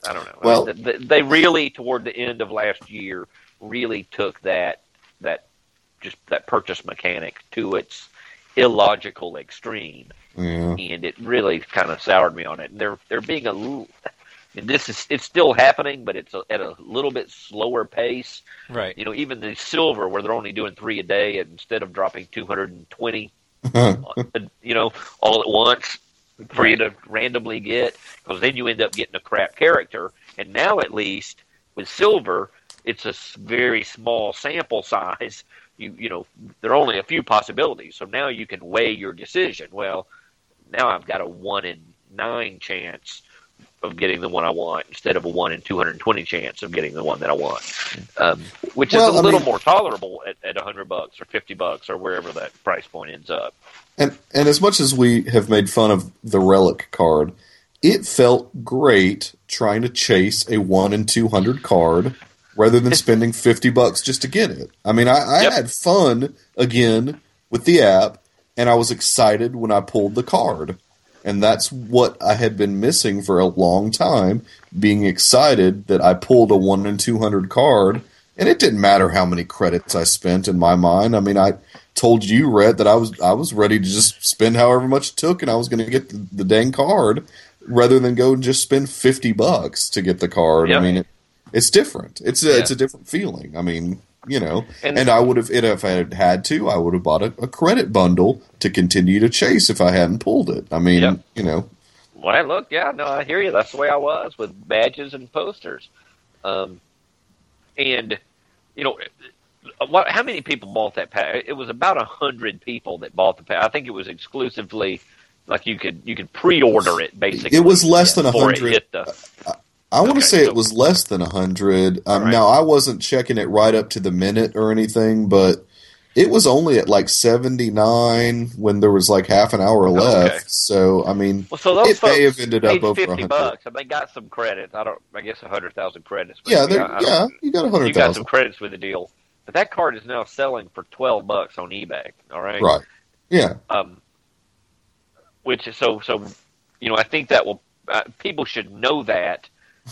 I don't know. Well- I mean, th- they really toward the end of last year really took that that just that purchase mechanic to its illogical extreme yeah. and it really kind of soured me on it. And they're they're being a little. And this is it's still happening, but it's a, at a little bit slower pace. Right. You know, even the silver where they're only doing three a day instead of dropping two hundred and twenty, you know, all at once. for you to randomly get because then you end up getting a crap character. And now, at least with Silver, it's a s- very small sample size. You you know there are only a few possibilities, so now you can weigh your decision. Well, now I've got a one in nine chance of getting the one I want instead of a one in two hundred and twenty chance of getting the one that I want, um, which is Well, a I little mean- more tolerable at, at hundred bucks or fifty bucks or wherever that price point ends up. And and as much as we have made fun of the relic card, it felt great trying to chase a one in two hundred card rather than spending fifty bucks just to get it. I mean, I, I Yep. had fun again with the app, and I was excited when I pulled the card, and that's what I had been missing for a long time. Being excited that I pulled a one in two hundred card, and it didn't matter how many credits I spent in my mind. I mean, I told you, Rhett, that I was I was ready to just spend however much it took, and I was going to get the, the dang card rather than go and just spend fifty bucks to get the card. Yeah. I mean, it, it's different. It's a, it's Yeah. a different feeling. I mean, you know, And- and, I would have if I had had to, I would have bought a, a credit bundle to continue to chase if I hadn't pulled it. I mean, Yeah. you know, Well, look, yeah, no, I hear you. That's the way I was with badges and posters. Um, and you know, what? How many people bought that pack? It was about a hundred people that bought the pack. I think it was exclusively like you could you could pre-order it basically. It was less than before it 100. hit the- I want Okay, to say so- it was less than hundred. Um, Right. Now I wasn't checking it right up to the minute or anything, but it was only at like seventy nine when there was like half an hour left. So I mean, Well, so those it folks may have ended up paid over fifty 100. bucks, and they got some credits. I don't. I guess a hundred thousand credits. but yeah, I there, don't- yeah, you got a you hundred got some thousand, credits with the deal. But that card is now selling for twelve bucks on eBay. All right. right? Yeah, um, which is so so you know i think that will uh, people should know that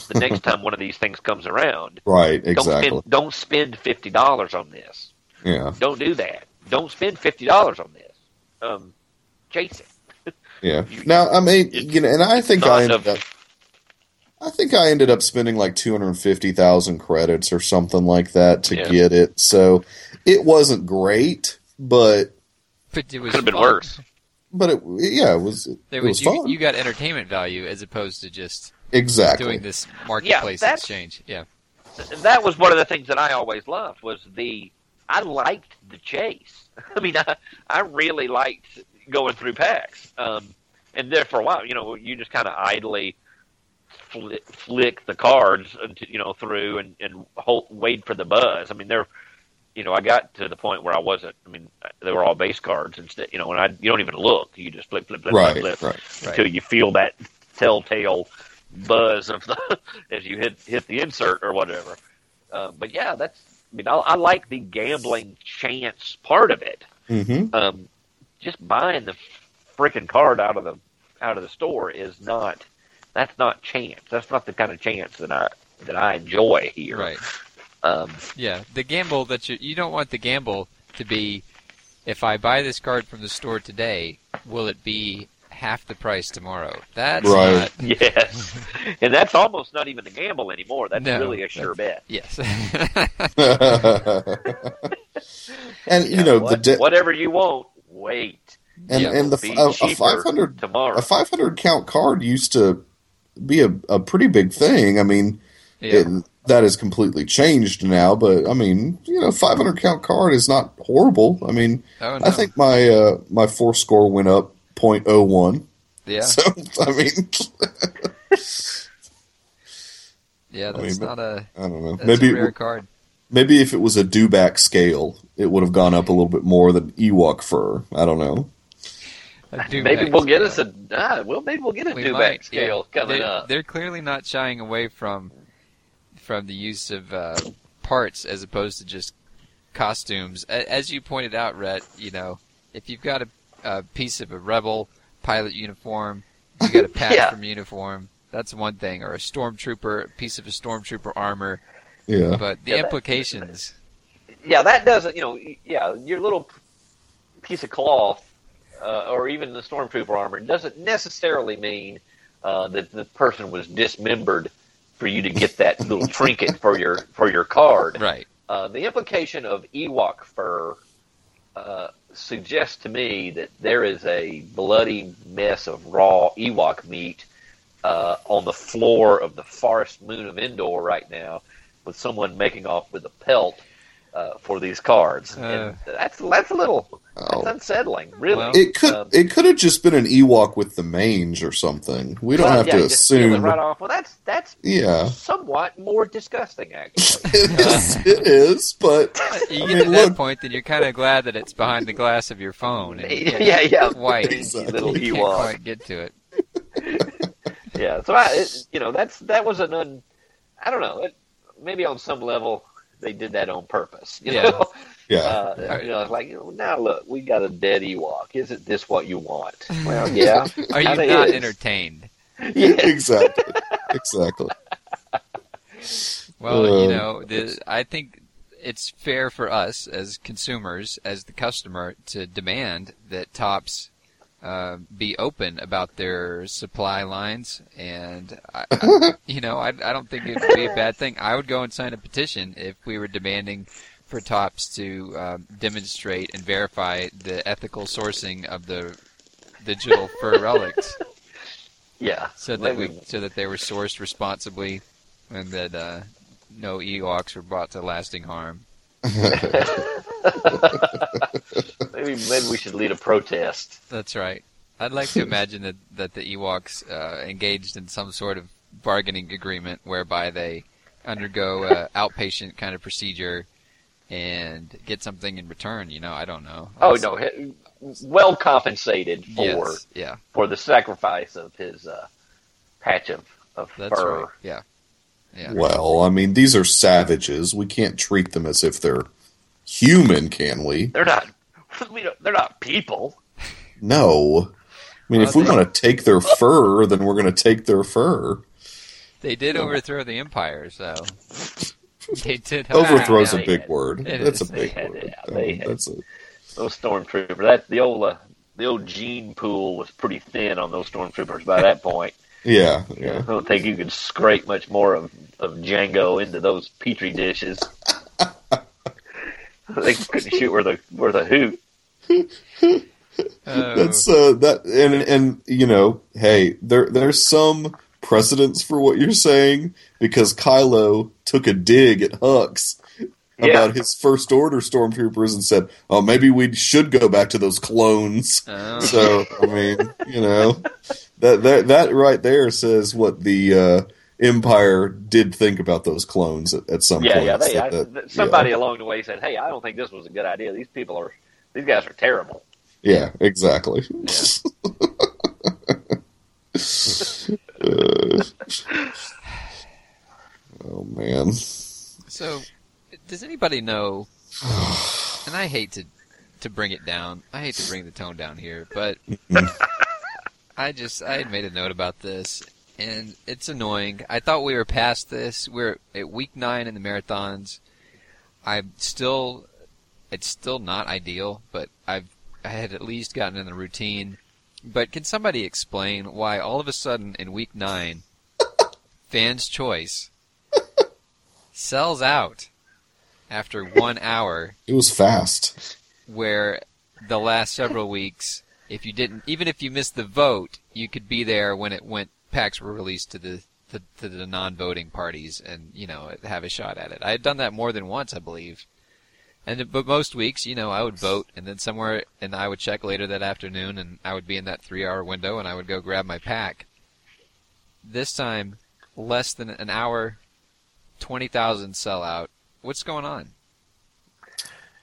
the next time one of these things comes around right, exactly. don't spend don't spend fifty dollars on this Yeah, don't do that don't spend fifty dollars on this um chase it yeah. Now I mean, It's you know, and I think not I ended enough- up, I think I ended up spending like two hundred fifty thousand credits or something like that to Yeah. get it. So it wasn't great, but But it was could have been fun. worse but it, yeah, it was it, There was was, you, fun. you got entertainment value as opposed to just exactly. doing this marketplace that's- exchange. Yeah, that was one of the things that I always loved was the I liked the chase. I mean, I I really liked going through packs. Um, and there for a while, you know, you just kind of idly flick, flick the cards, until, you know, through and and hold, wait for the buzz. I mean, there, you know, I got to the point where I wasn't. I mean, they were all base cards instead. You know, and I you don't even look. You just flip, flip, flip, flip, flip right, right. until you feel that telltale buzz of the as you hit hit the insert or whatever. Uh, but yeah, that's I mean I, I like the gambling chance part of it. Mm-hmm. Um, just buying the freaking card out of the out of the store is not that's not chance. That's not the kind of chance that I that I enjoy here. right. Um, Yeah, the gamble that you you don't want the gamble to be. If I buy this card from the store today, will it be half the price tomorrow? That's Right. not. yes, and that's almost not even a gamble anymore. That's No, really a sure bet. Yes. and you Yeah, know the what- de- whatever you want, wait. and yeah, and the Be f- a, a cheaper 500 tomorrow. a 500 count card used to be a, a pretty big thing. I mean, yeah. it, that has completely changed now, but I mean, you know, 500 count card is not horrible. I mean, oh, no. I think my uh, my four score went up 0.01. Yeah. So, I mean, yeah. I That's mean, not a. I don't know. That's Maybe a it rare w- card. Maybe if it was a dewback scale, it would have gone up a little bit more than Ewok fur. I don't know. A do Maybe back we'll get scale. us a uh, well. Maybe we'll get a We do back might, scale yeah. coming they're, up. They're clearly not shying away from from the use of uh, parts as opposed to just costumes. A- as you pointed out, Rhett, you know, if you've got a, a piece of a rebel pilot uniform, you got a patch Yeah. from uniform. That's one thing, or a stormtrooper, a piece of a stormtrooper armor. Yeah. But the Yeah, that- implications, Yeah, that doesn't. You know, yeah, your little piece of cloth uh, or even the stormtrooper armor doesn't necessarily mean uh, that the person was dismembered for you to get that little trinket for your for your card. right? Uh, the implication of Ewok fur uh, suggests to me that there is a bloody mess of raw Ewok meat uh, on the floor of the forest moon of Endor right now, with someone making off with a pelt uh, for these cards. and that's that's a little Oh. that's unsettling, really. Well, It could Um, it could have just been an Ewok with the mange or something. We don't Well, have yeah, to you just peel it assume. right off. Well, that's that's Yeah, somewhat more disgusting, actually. it is. It is. But You get to I mean, that look. point, then you're kind of glad that it's behind the glass of your phone. And yeah, yeah, yeah. White. Dinky little you can't Ewok. quite get to it. yeah. So I, it, you know, that's that was an un, I don't know. It, maybe on some level they did that on purpose. You Yeah. know, yeah, uh, you know, it's like you know, now look, we got a dead Ewok. Isn't this what you want? Well, yeah, Are you Kinda not is. entertained? yeah. exactly, exactly. Well, you Um, know, the, I think it's fair for us as consumers, as the customer, to demand that tops uh, be open about their supply lines. And, I, I, you know, I, I don't think it would be a bad thing. I would go and sign a petition if we were demanding for tops to um, demonstrate and verify the ethical sourcing of the digital fur relics yeah. so that we so that they were sourced responsibly and that uh, no Ewoks were brought to lasting harm. maybe maybe we should lead a protest. That's right. I'd like to imagine that that the Ewoks uh, engaged in some sort of bargaining agreement whereby they undergo a outpatient kind of procedure and get something in return. You know, I don't know. Oh no, he- well compensated for Yes. Yeah. for the sacrifice of his uh, patch of of That's fur. right. Yeah. Yeah. Well, I mean, these are savages. We can't treat them as if they're human, can we? They're not. We don't, they're not people. No. I mean, if we want to take their fur, then we're going to take their fur. They did overthrow the empire, so they did. help. Overthrow's yeah, a big yeah. word. Ah, It That's is. a big Yeah, word. yeah, they- Um, that's a, Those stormtroopers. That the old uh, the old gene pool was pretty thin on those stormtroopers by that point. yeah, I yeah. don't think you could scrape much more of, of Django into those petri dishes. they couldn't shoot where the where the hoot. Oh. That's uh, that, and and you know, hey, there there's some precedence for what you're saying because Kylo took a dig at Hux Yeah. about his first order stormtroopers and said, "Oh, maybe we should go back to those clones." Oh. Uh-huh. So I mean, you know, that that that right there says what the uh, Empire did think about those clones at, at some Yeah, point. yeah. They, So I, that- th- somebody along the way said, "Hey, I don't think this was a good idea. These people are, these guys are terrible." Yeah, yeah, exactly. Uh, oh man, So, does anybody know? And I hate to to bring it down. I hate to bring the tone down here, but I just I had made a note about this, and it's annoying. I thought we were past this. We're at week nine in the marathons. I'm still, it's still not ideal, but I've I had at least gotten in the routine. But can somebody explain why all of a sudden in week nine, fans' choice sells out after one hour, it was fast. where the last several weeks, if you didn't, even if you missed the vote, you could be there when it went. Packs were released to the to, to the non-voting parties, and you know have a shot at it. I had done that more than once, I believe. And but most weeks, you know, I would vote, and then somewhere, and I would check later that afternoon, and I would be in that three-hour window, and I would go grab my pack. This time, less than an hour, twenty thousand sellout. What's going on?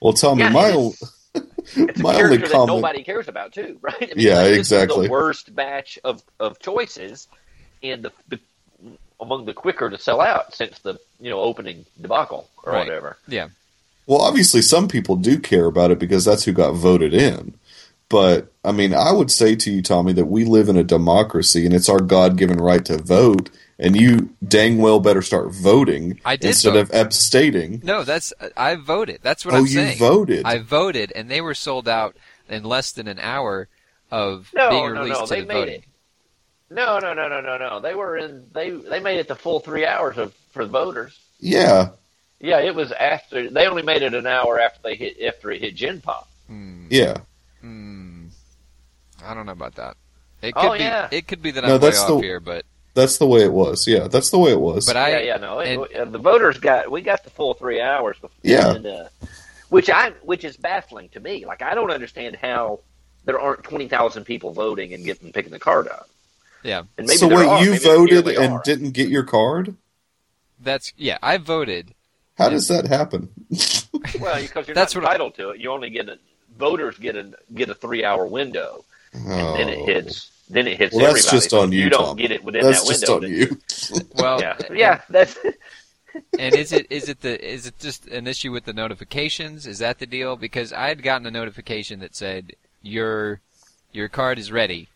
Well, tell me, Yeah, my it own, It's a my character only that comment. nobody cares about, too, right? I mean, Yeah, this is exactly. the worst batch of, of choices, and the, the among the quicker to sell out since the you know opening debacle or Right. whatever. Yeah, Well, obviously, some people do care about it because that's who got voted in. But I mean, I would say to you, Tommy, that we live in a democracy and it's our God given right to vote, and you dang well better start voting I did instead vote. of abstaining. No, that's I voted. That's what oh, I'm you saying. voted. I voted, and they were sold out in less than an hour of No, being no, released no, to they the made voting. it. No, no, no, no, no, no. They were in. They they made it the full three hours of for the voters. yeah. Yeah, it was after they only made it an hour after they hit after it hit Gen Pop. Hmm. Yeah. Hmm. I don't know about that. It could Oh, be. yeah. It could be that I'm No, way that's off the- here, but That's the way it was. Yeah, that's the way it was. but I yeah, yeah, no. it- and- uh, the voters got we got the full three hours. Before, Yeah. and, uh, which I which is baffling to me. Like I don't understand how there aren't twenty thousand people voting and getting picking the card up. Yeah. And maybe so there wait, are. you Maybe there voted really and are. didn't get your card? that's yeah. I voted. How Yeah. does that happen? Well, because you're That's not what I- entitled to it. You only get a voters get a get a three hour window, and Oh. then it hits. Then it hits Well, that's everybody. just on you, You don't Tom. get it within That's that just window. on you. Well, Yeah, yeah. That's and is it is it the is it just an issue with the notifications? Is that the deal? Because I had gotten a notification that said your your card is ready.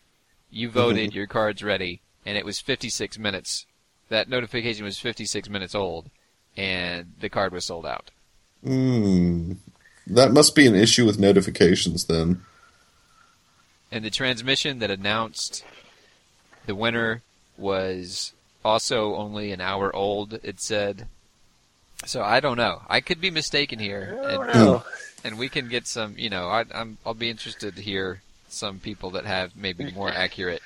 You voted, your card's ready, and it was 56 minutes. That notification was 56 minutes old, and the card was sold out. Hmm. That must be an issue with notifications then. And the transmission that announced the winner was also only an hour old. It said. So I don't know. I could be mistaken here. I don't and- know. and we can get some. You know, I, I'm I'll be interested to hear some people that have maybe more accurate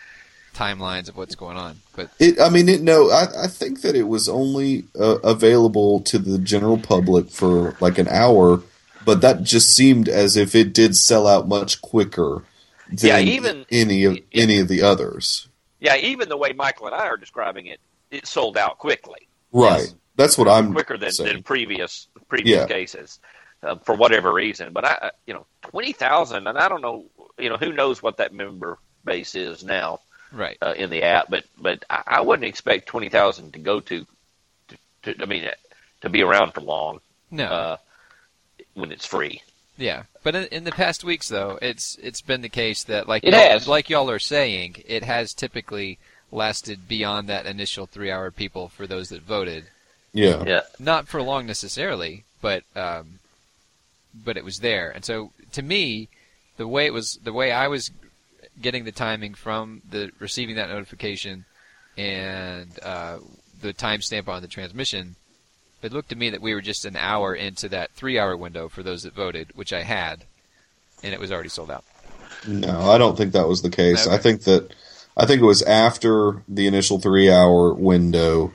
timelines of what's going on. But It, I mean, it, no, I, I think that it was only uh, available to the general public for like an hour, but that just seemed as if it did sell out much quicker than Yeah, even- any of it- any of the others. yeah. Even the way Michael and I are describing it, it sold out quickly. Right. That's what I'm quicker than, saying. than previous previous Yeah. cases uh, for whatever reason. But I, I- you know, twenty thousand, and I don't know, you know, who knows what that member base is now right, uh, in the app. But but I, I wouldn't expect twenty thousand to go to, to, to, I mean, uh, to be around for long no, uh, when it's free. yeah. But in, in the past weeks, though, it's it's been the case that like It y'all- has. like y'all are saying, it has typically lasted beyond that initial three-hour people for those that voted. yeah. Yeah, not for long necessarily, but um, but it was there. And so to me, the way it was, the way I was getting the timing from the receiving that notification and uh, the timestamp on the transmission, it looked to me that we were just an hour into that three-hour window for those that voted, which I had, and it was already sold out. No, I don't think that was the case. I Okay. think that I think it was after the initial three hour window.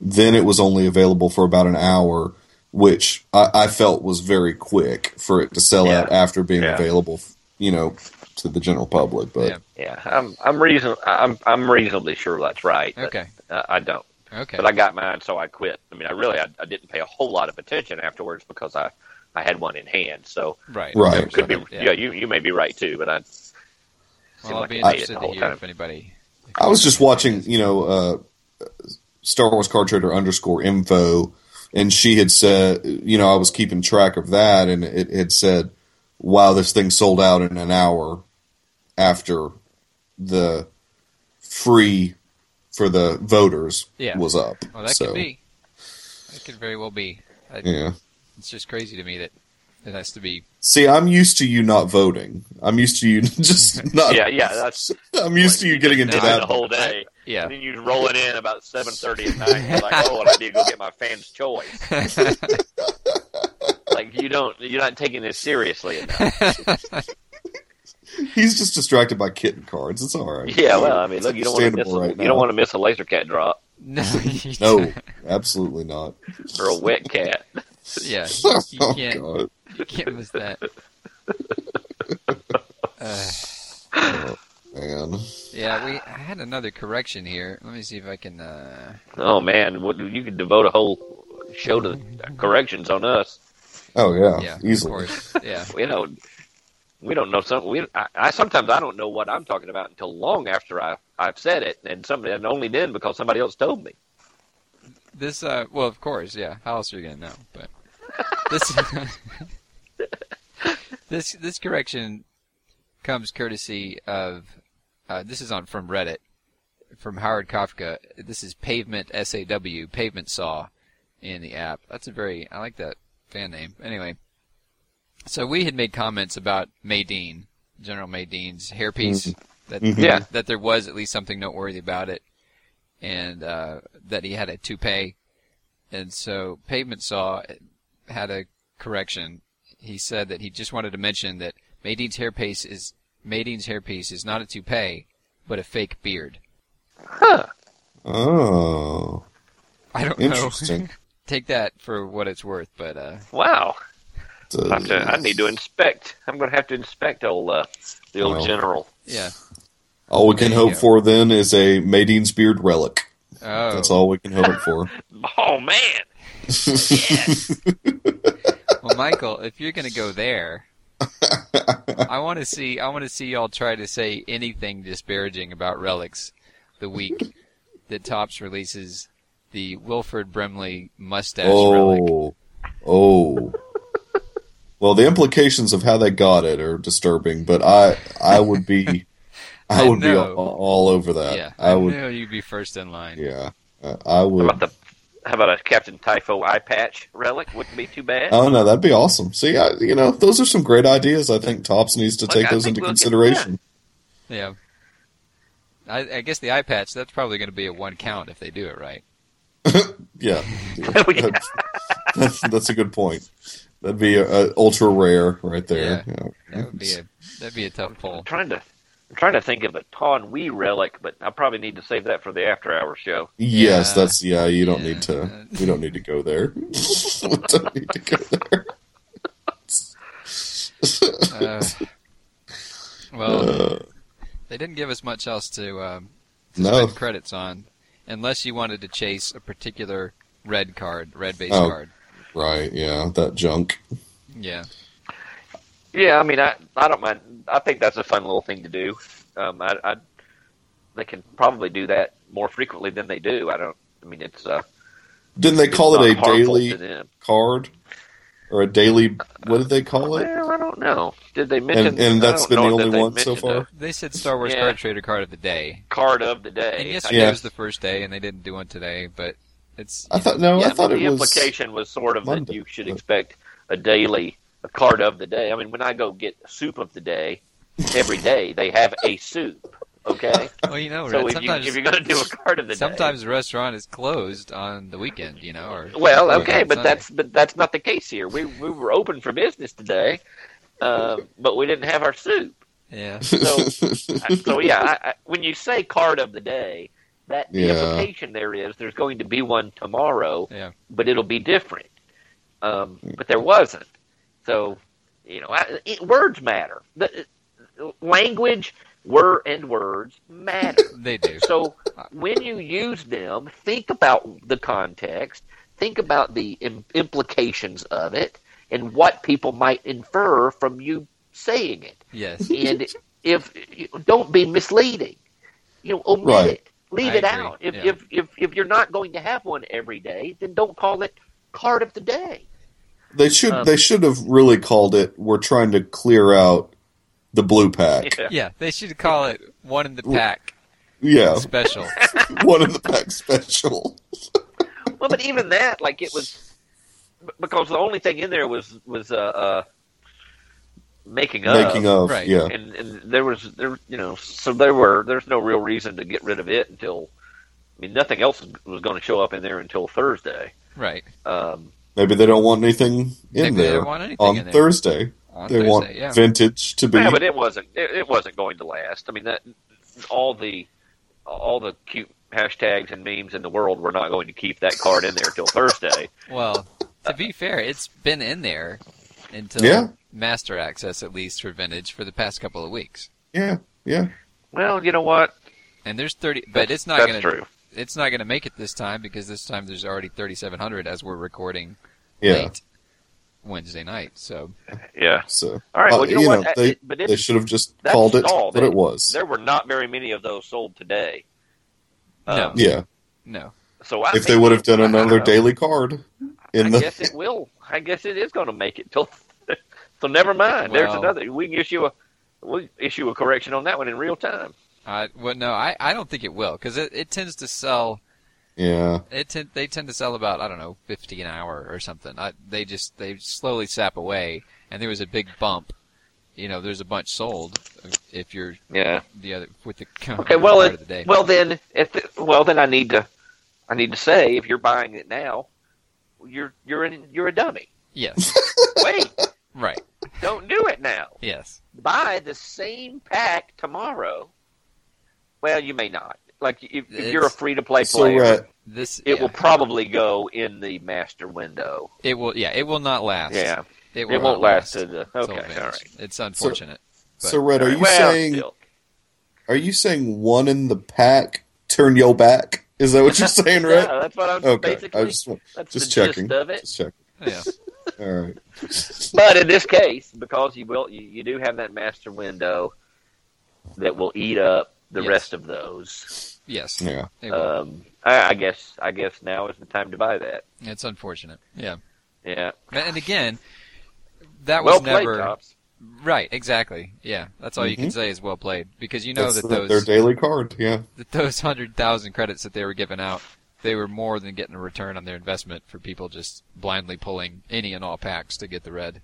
Then it was only available for about an hour, which I, I felt was very quick for it to sell Yeah. out after being Yeah. available, you know, to the general public. But Yeah. yeah. I'm I'm reason I'm I'm reasonably sure that's right. but, Okay, uh, I don't. okay, But I got mine, so I quit. I mean, I really I, I didn't pay a whole lot of attention afterwards because I I had one in hand. So right. right, could be. Yeah. Yeah, you you may be right too, but I Well, I'll like be I ate it interested the to whole hear time. if anybody. I was just watching, you know, uh, Star Wars Card Trader underscore info, and she had said, you know, I was keeping track of that, and it had said, wow, this thing sold out in an hour after the free for the voters Yeah. was up. Well, that so, could be. That could very well be. I- Yeah. It's just crazy to me that it has to be. See, I'm used to you not voting. I'm used to you just not. yeah yeah that's I'm used to you getting into No, did I it that. the whole day. Yeah. And then you roll it in about seven thirty at night. You're like, oh, I need to go get my fan's choice. Like you don't you're not taking this seriously enough. He's just distracted by kitten cards. It's all right. Yeah, well, I mean, look, you don't want to miss a, Understandable right you don't now. want to miss a laser cat drop no, you No, don't. absolutely not. or a wet cat. Yeah, you oh, can't, God. you can't miss that. Uh, Man. yeah, we. I had another correction here. Let me see if I can. Uh, Oh man, what, you could devote a whole show to corrections on us. Oh, yeah. yeah, Easily. of course. Yeah, You know, we don't know something. We I, I sometimes I don't know what I'm talking about until long after I I've said it, and somebody and only then because somebody else told me. this. Uh, well, of course. Yeah. How else are you gonna know? But this. this this correction comes courtesy of. Uh, this is on from Reddit, from Howard Kafka. This is pavement saw pavement saw, in the app. That's a very I like that fan name. Anyway, so we had made comments about Maydean, General Maydean's hairpiece. That Mhm. Yeah. that there was at least something noteworthy about it, and uh, that he had a toupee, and so pavement saw had a correction he said that he just wanted to mention that Madine's hairpiece is Madine's hairpiece is not a toupee, but a fake beard. Oh, I don't know. interesting. Take that for what it's worth, but uh, Wow. Does- I, have to, I need to inspect. I'm going to have to inspect old uh, the old Well. general. yeah. All we can There you hope go. for then is a Madine's beard relic. Oh, That's all we can hope for. Oh man, well, Michael, if you're gonna go there, I want to see. I want to see y'all try to say anything disparaging about relics the week that Tops releases the Wilford Brimley mustache relic. oh, oh. Well, the implications of how they got it are disturbing, but I, I would be, I I would be know. all, all over that. Yeah, I would, know you'd be first in line. yeah, I, I how would. about the how about a Captain Typho eye patch relic? Wouldn't be too bad. Oh no, that'd be awesome. See, I, you know, those are some great ideas. I think Tops needs to Look, take I those think into we'll get consideration. Yeah. I, I guess the eye patch, that's probably going to be a one count if they do it right. Yeah, We- that's, that's a good point. That'd be a, a ultra rare right there. Yeah. That would be a, that'd be a tough I'm poll. trying to I'm trying to think of a Ton Wee relic, but I probably need to save that for the after hour show. Yes, Yeah. that's yeah. You don't Yeah. need to. We don't need to go there. we don't need to go there. Uh, well, Uh, they didn't give us much else to, um, to No. spend credits on, unless you wanted to chase a particular red card, red base Oh. card. right? Yeah, that junk. Yeah. Yeah, I mean, I I don't mind. I think that's a fun little thing to do. Um, I, I they can probably do that more frequently than they do. I don't. I mean, it's uh, Didn't they it's call not it a harmful daily to them. card or a daily? What did they call it? Well, I don't know. Did they mention? And and I that's don't been the know that only they one so mentioned far. They said Star Wars Yeah. Card Trader card of the day. a Card of the day. And I yesterday guess Yeah. Uh, was the first day, and they didn't do one today, but it's. I thought no. yeah, I thought the it was. implication was sort of Monday, that you should but- expect a daily a card of the day. I mean, when I go get soup of the day, every day they have a soup. Okay, Well, you know, so Red, if, you, sometimes if you're going to do a card of the Sometimes the restaurant is closed on the weekend, you know. Or day, well, or okay, on but Sunday. that's but that's not the case here. We we were open for business today, uh, but we didn't have our soup. yeah. So I- so yeah, I, I, when you say card of the day, that the Yeah. implication there is there's going to be one tomorrow, Yeah. but it'll be different. Um, but there wasn't. So you know, I, it, words matter. The, language, were and words matter. They do. so when you use them, think about the context. Think about the Im- implications of it and what people might infer from you saying it Yes. and if don't be misleading, you know, omit Right. it, leave I it agree, out. If, yeah. if if if you're not going to have one every day, then don't call it card of the day. They should Um, they should have really called it we're trying to clear out the blue pack. Yeah. They should call it one in the pack Yeah. special. One of the pack special. Well, but even that, like it was, b- because the only thing in there was was uh, uh making up. Making of right. yeah. And, and there was there you know so there were there's no real reason to get rid of it until I mean nothing else was going to show up in there until Thursday. Right. Um, Maybe they don't want anything in Maybe they there don't want anything on in there. Thursday. On they Thursday, want yeah. vintage to be Yeah, but it wasn't. It, it wasn't going to last. I mean, that all the all the cute hashtags and memes in the world were not going to keep that card in there till Thursday. Well, to be fair, it's been in there until Yeah. master access, at least for vintage, for the past couple of weeks. yeah, yeah. Well, you know what? And there's thirty, but it's not gonna. That's true. It's not gonna make it this time because this time there's already 3,700 as we're recording Yeah. late Wednesday night. So Yeah. So All right. uh, Well, you know what? I- they, it- but it- they should have just that called it stalled. what it was. there were not very many of those sold today. Uh, No. Yeah. no, So I If they think- would have done I don't another know. daily card in I the guess it will. I guess it is going to make it till. so never mind. There's Well- another. We can issue a we issue a correction on that one in real time. I well no, I, I don't think it will because it, it tends to sell Yeah. It ten- they tend to sell about I don't know fifty an hour or something. I, they just they slowly sap away, and there was a big bump. You know, there's a bunch sold if you're Yeah. the other with the Okay, well, part it, of the day. well then, if the, well then, I need to, I need to say, if you're buying it now, you're you're in, you're a dummy. yes, Wait, Right. Don't do it now. Yes. Buy the same pack tomorrow. Well, you may not. Like if, if you're a It's- free to play So player, Rat, This it yeah. will probably go in the master window. It will. Yeah. It will not last. Yeah, It, it, will won't not last. last. To the, till okay, it all vanishes. right. It's unfortunate. so Red, are you well, saying still. are you saying one in the pack? Turn your back. Is that what you're saying, Red? Yeah, that's what I'm okay, basically. I just wa- that's just the checking. gist of it. Just checking. yeah. All right. But in this case, because you will, you, you do have that master window that will eat up the Yes. rest of those. Yes. Yeah. It will. Um, I, I guess, I guess now is the time to buy that. it's unfortunate. Yeah. Yeah, And again, that well was played, never Tops. right. Exactly. Yeah. That's all you can say is well played because you know Mm-hmm. That's that the- those their daily card. Yeah. that those hundred thousand credits that they were giving out, they were more than getting a return on their investment for people just blindly pulling any and all packs to get the red.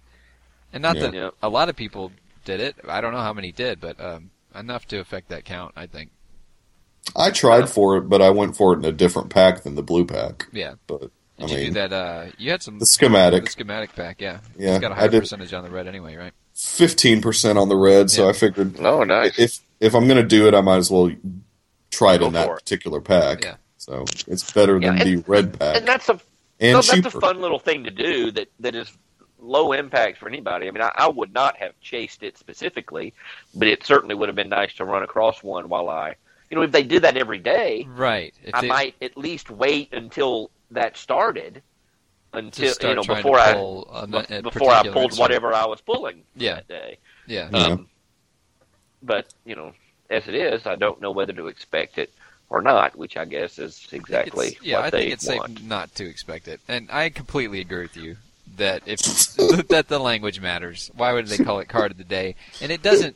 And not Yeah. that Yeah. a lot of people did it. I don't know how many did, but um, enough to affect that count. I think. I tried for it, but I went for it in a different pack than the blue pack. Yeah. But Did I you do mean, that? Uh, you had some the schematic the schematic pack. Yeah. Yeah, It's got a I higher did. percentage on the red anyway, right? fifteen percent on the red, so Yeah. I figured Oh, nice. if if I'm gonna do it, I might as well try it Go in that for it. particular pack. Yeah. So it's better than Yeah, the red pack and that's a and no, cheaper. that's a fun little thing to do that, that is low impact for anybody. I mean, I, I would not have chased it specifically, but it certainly would have been nice to run across one while I, you know, if they did that every day, Right. If I they- might at least wait until that started, to until start you know trying before to I pull a n- a before I particular pulled insert. whatever I was pulling Yeah, that day. yeah, Yeah. Um, but you know, as it is, I don't know whether to expect it or not, which I guess is exactly It's- yeah. what I they think it's want. safe not to expect it, and I completely agree with you that if that the language matters. Why would they call it card of the day? And it doesn't.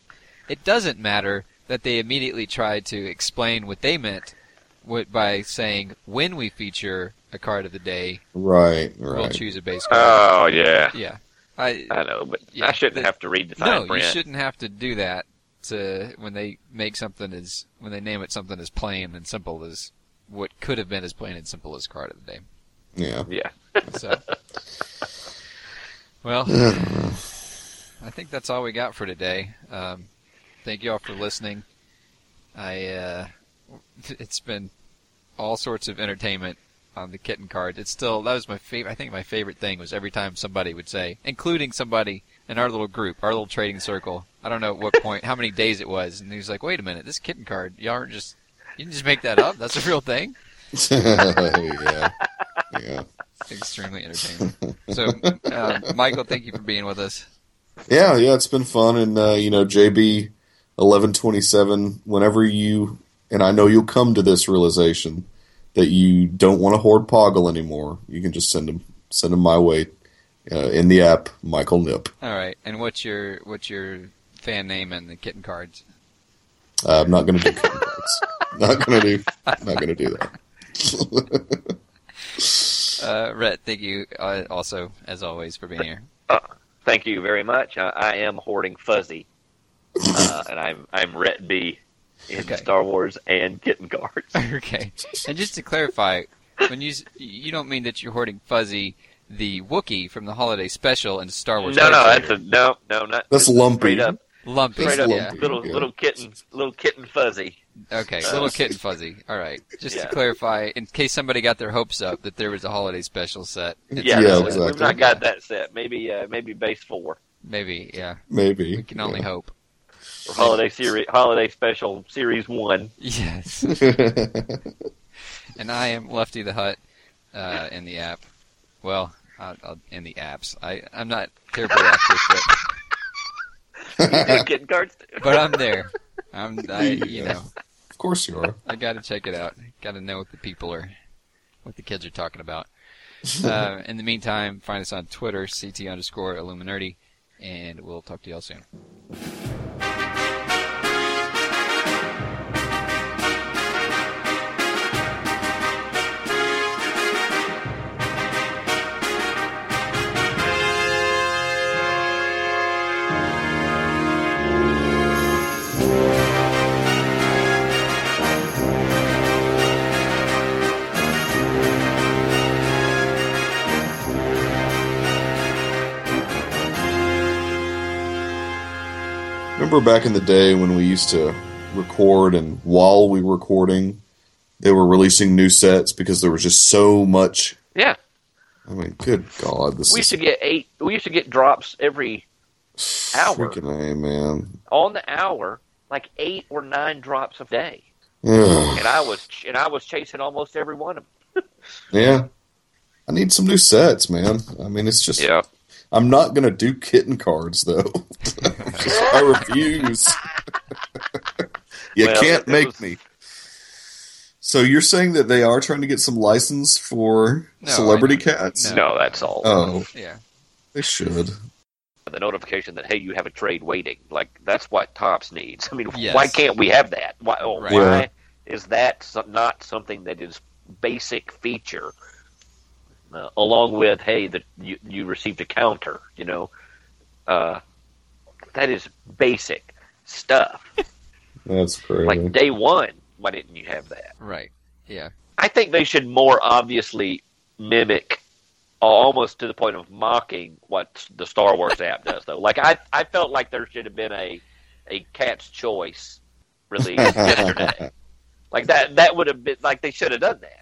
It doesn't matter that they immediately tried to explain what they meant what, by saying when we feature a card of the day, Right, we'll right. choose a base card. Oh yeah, yeah, I I know, but Yeah, I shouldn't the- have to read the fine no, print. you shouldn't have to do that to when they make something as when they name it something as plain and simple as what could have been as plain and simple as card of the day. Yeah. Yeah, So, well, I think that's all we got for today. Um, thank you all for listening. I uh, it's been all sorts of entertainment on the kitten card. It's still that was my favorite. I think my favorite thing was every time somebody would say, including somebody in our little group, our little trading circle. I don't know at what point, how many days it was, and he was like, "Wait a minute, this kitten card, y'all aren't just you didn't just make that up. That's a real thing." yeah. Yeah. extremely entertaining. So, uh, Michael, thank you for being with us. Yeah, yeah, it's been fun and uh, you know, JB eleven twenty seven, whenever you and I know you'll come to this realization that you don't want to hoard Poggle anymore, you can just send them send them my way uh, in the app, Michael Nip. All right, and what's your what's your fan name and the kitten cards? Uh, I'm not gonna do congrats. not gonna do not gonna do that. Uh, Rhett, thank you uh, also as always for being here. thank you very much. I, I am hoarding fuzzy, uh, and I'm I'm Rhett B in Okay. Star Wars and kitten guards. okay, and just to clarify, when you s- you don't mean that you're hoarding Fuzzy, the Wookiee from the holiday special and Star No, Wars. no, Darksaber. that's a no, no, not That's lumpy. straight up, lumpy. That's straight up, yeah. lumpy. little yeah. little kitten, little kitten fuzzy. Okay, Uh, little kitten Fuzzy. All right, just to Yeah. clarify, in case somebody got their hopes up that there was a holiday special set. It's Yeah, Yeah, no, not. exactly. we've not got that set. Maybe uh, maybe base four Maybe, yeah. Maybe. We can only hope. or holiday series, holiday special series one. Yes. and I am Lefty the Hut uh, in the app. Well, i I'll, in the apps. I, I'm not terribly active, but, Yeah, kitten guards. but I'm there. I'm, I, you know, Of course you are. I got to check it out. Got to know what the people are, what the kids are talking about. Uh, in the meantime, find us on Twitter, CT underscore Illuminati, and we'll talk to y'all soon. remember back in the day when we used to record, and while we were recording, they were releasing new sets because there was just so much. Yeah, I mean, good God, this we is used to get eight. We used to get drops every hour. freaking a man. on the hour, like eight or nine drops a day, Ugh. and I was ch- and I was chasing almost every one of them. Yeah, I need some new sets, man. I mean, it's just Yeah, I'm not gonna do kitten cards though. I refuse. you Well, can't it make was- me. So you're saying that they are trying to get some license for No, celebrity I don't- cats? no. no, that's all. Oh, Yeah. they should. the notification that hey, you have a trade waiting. Like that's what Tops needs. I mean, Yes. why can't we have that? Why? oh, Right. Why is that so- not something that is basic feature? Uh, along with hey, that you you received a counter. You know, uh, that is basic stuff. That's crazy. Like day one, why didn't you have that? Right. Yeah. I think they should more obviously mimic, almost to the point of mocking what the Star Wars app does. Though, like I, I felt like there should have been a, a Cat's Choice release yesterday. Like that, that would have been like they should have done that.